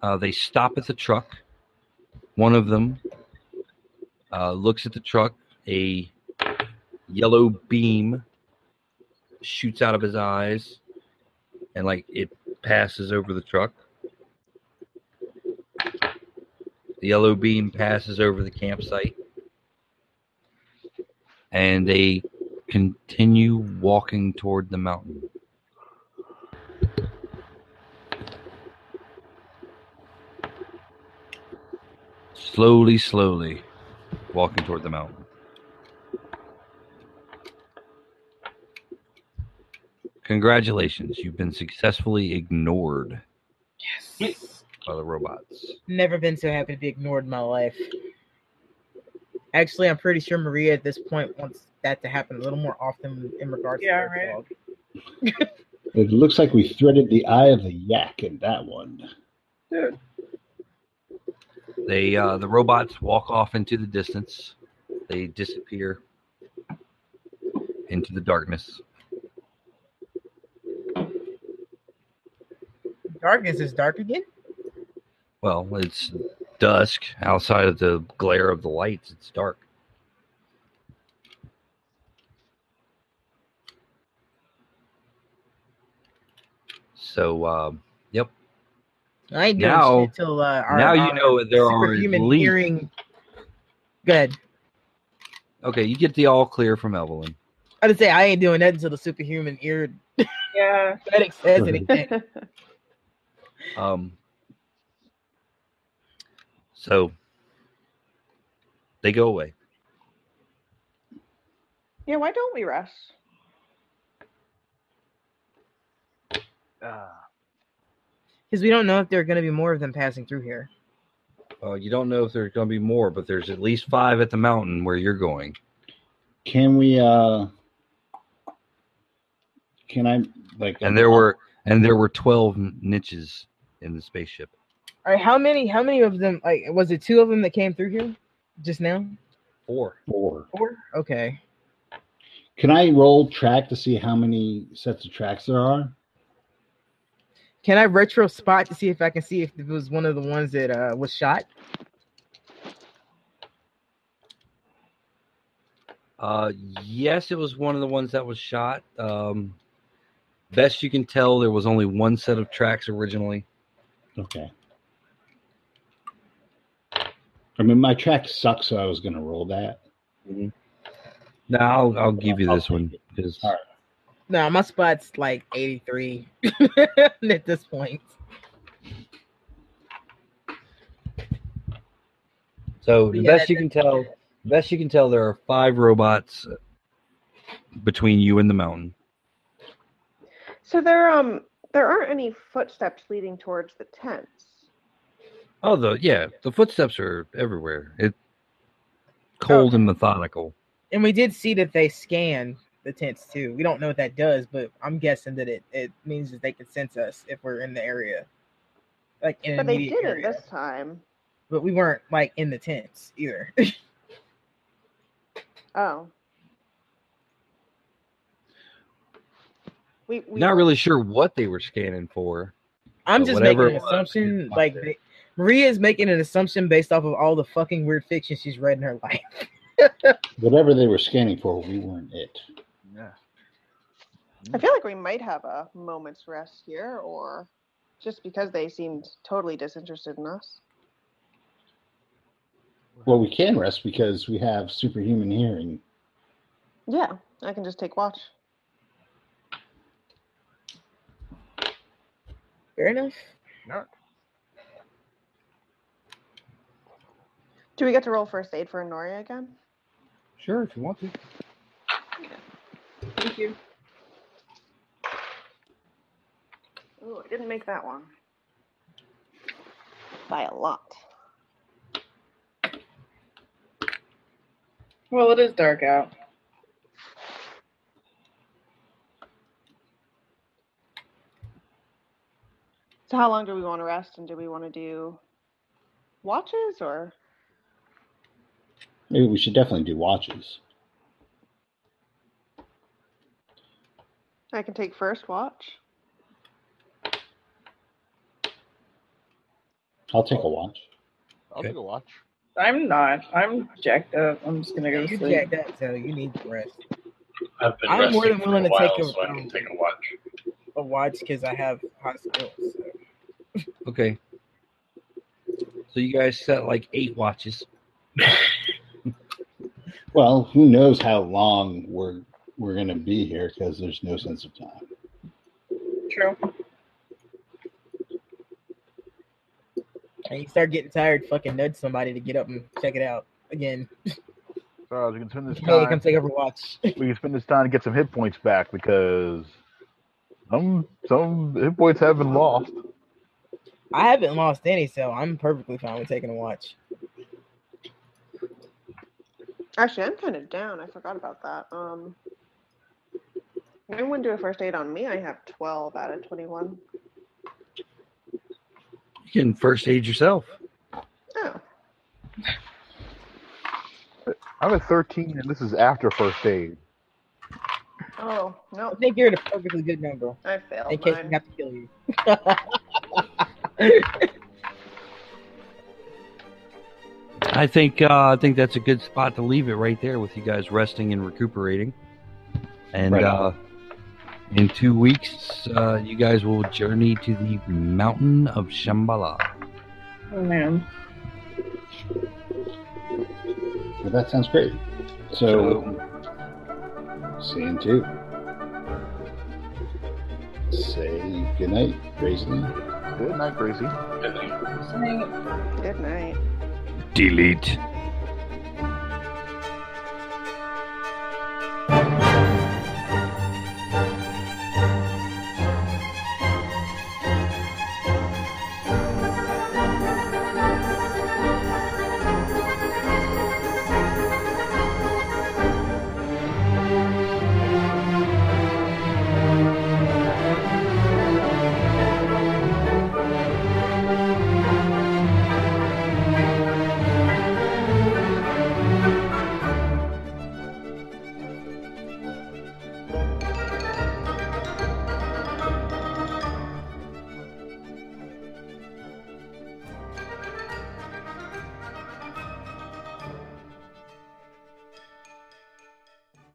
S4: Uh, they stop at the truck. One of them uh, looks at the truck. A yellow beam shoots out of his eyes, and like it passes over the truck. The yellow beam passes over the campsite. And they continue walking toward the mountain. Slowly, slowly walking toward the mountain. Congratulations, you've been successfully ignored
S6: Yes.
S4: by the robots.
S5: Never been so happy to be ignored in my life. Actually, I'm pretty sure Maria at this point wants that to happen a little more often in regards
S6: Yeah,
S5: to her
S6: right.
S5: dog.
S3: It looks like we threaded the eye of the yak in that one.
S6: Dude,
S4: They uh, the robots walk off into the distance. They disappear into the darkness.
S5: Darkness is dark again?
S4: Well, it's dusk outside of the glare of the lights. It's dark. So, um, yep.
S5: I ain't doing
S4: Now-
S5: shit till uh our,
S4: now you
S5: our
S4: know there are at
S5: superhuman
S4: least-
S5: hearing good.
S4: Okay, you get the all clear from Evelyn.
S5: I would say I ain't doing that until the superhuman ear
S6: yeah.
S5: medic says anything.
S4: Um, so they go away.
S8: yeah, why don't we rush?
S5: Because we don't know if there are gonna be more of them passing through here.
S4: Uh, you don't know if there's going to be more, but there's at least five at the mountain where you're going.
S3: Can we, uh, can I, like,
S4: And there were and there were twelve niches in the spaceship.
S5: All right, how many? How many of them? Like, was it two of them that came through here just now?
S4: Four.
S3: four.
S5: Four? Okay.
S3: Can I roll track to see how many sets of tracks there are?
S5: Can I retro spot to see if I can see if it was one of the ones that uh, was shot?
S4: Uh, yes, it was one of the ones that was shot. Um, best you can tell, there was only one set of tracks originally.
S3: Okay. I mean, my track sucks, so I was going to roll that.
S4: No, I'll, I'll give you this one because
S3: All right.
S5: No, my spot's like 83 at this point.
S4: so the
S5: Yeah,
S4: best you can tell, best you can tell, there are five robots uh, between you and the mountain.
S8: So there um there aren't any footsteps leading towards the tents.
S4: Oh, the yeah, the footsteps are everywhere. It cold and methodical.
S5: And we did see that they scan the tents too. We don't know what that does, but I'm guessing that it, it means that they can sense us if we're in the area. Like in an
S8: But they
S5: immediate
S8: didn't
S5: area.
S8: this time.
S5: But we weren't like in the tents either.
S8: Oh. We, we
S4: Not really sure what they were scanning for.
S5: I'm
S4: But
S5: just
S4: whatever
S5: making
S4: it
S5: an
S4: was,
S5: assumption.
S4: it's
S5: Like
S4: there.
S5: ba- Maria's making an assumption based off of all the fucking weird fiction she's read in her life.
S3: Whatever they were scanning for, we weren't it.
S8: I feel like we might have a moment's rest here, or just because they seemed totally disinterested in us.
S3: Well, we can rest because we have superhuman hearing.
S8: Yeah, I can just take watch.
S5: Fair enough.
S8: Do we get to roll first aid for Noria again?
S4: Sure, if you want to.
S6: Thank you.
S8: Oh, I didn't make that one. By a lot.
S6: Well, it is dark out.
S8: So how long do we want to rest, and do we want to do watches or?
S3: Maybe we should definitely do watches.
S8: I can take first watch.
S3: I'll take a watch.
S7: I'll
S4: Okay.
S7: take a watch.
S6: I'm not. I'm jacked up. I'm just gonna go to
S5: You
S6: sleep.
S5: jacked up, so you need to rest.
S9: I've been
S5: I'm more
S9: resting
S5: than willing
S9: for
S5: to take
S9: while,
S5: a-
S9: so I can take a watch.
S5: A watch because I have hot skills. so.
S4: Okay. So you guys set like eight watches.
S3: Well, who knows how long we're we're going to be here because there's no sense of time.
S6: True.
S5: And you start getting tired, fucking nudge somebody to get up and check it out again.
S7: So we can spend this
S5: Hey, come
S7: time.
S5: take over watch.
S7: We can spend this time to get some hit points back because some some hit points have been lost.
S5: I haven't lost any, so I'm perfectly fine with taking a watch.
S8: Actually, I'm kind of down. I forgot about that. Um, no one do a first aid on me. I have 12 out of 21.
S4: You can first aid yourself.
S8: Oh,
S7: I'm at 13, and this is after first aid.
S8: oh,
S5: I
S8: no,
S5: think you're at a perfectly good number
S8: I
S5: in
S8: failed.
S5: case
S8: Oh, mine.
S5: we have to kill you.
S4: I think uh, I think that's a good spot to leave it right there with you guys resting and recuperating. And
S3: Right on.
S4: uh, in two weeks, uh, you guys will journey to the mountain of Shambhala.
S6: Oh man.
S3: Well, that sounds great. So, see you in two. Say good night, Grayson.
S7: Good night, Gracie.
S9: I think.
S8: Good night.
S4: Delete.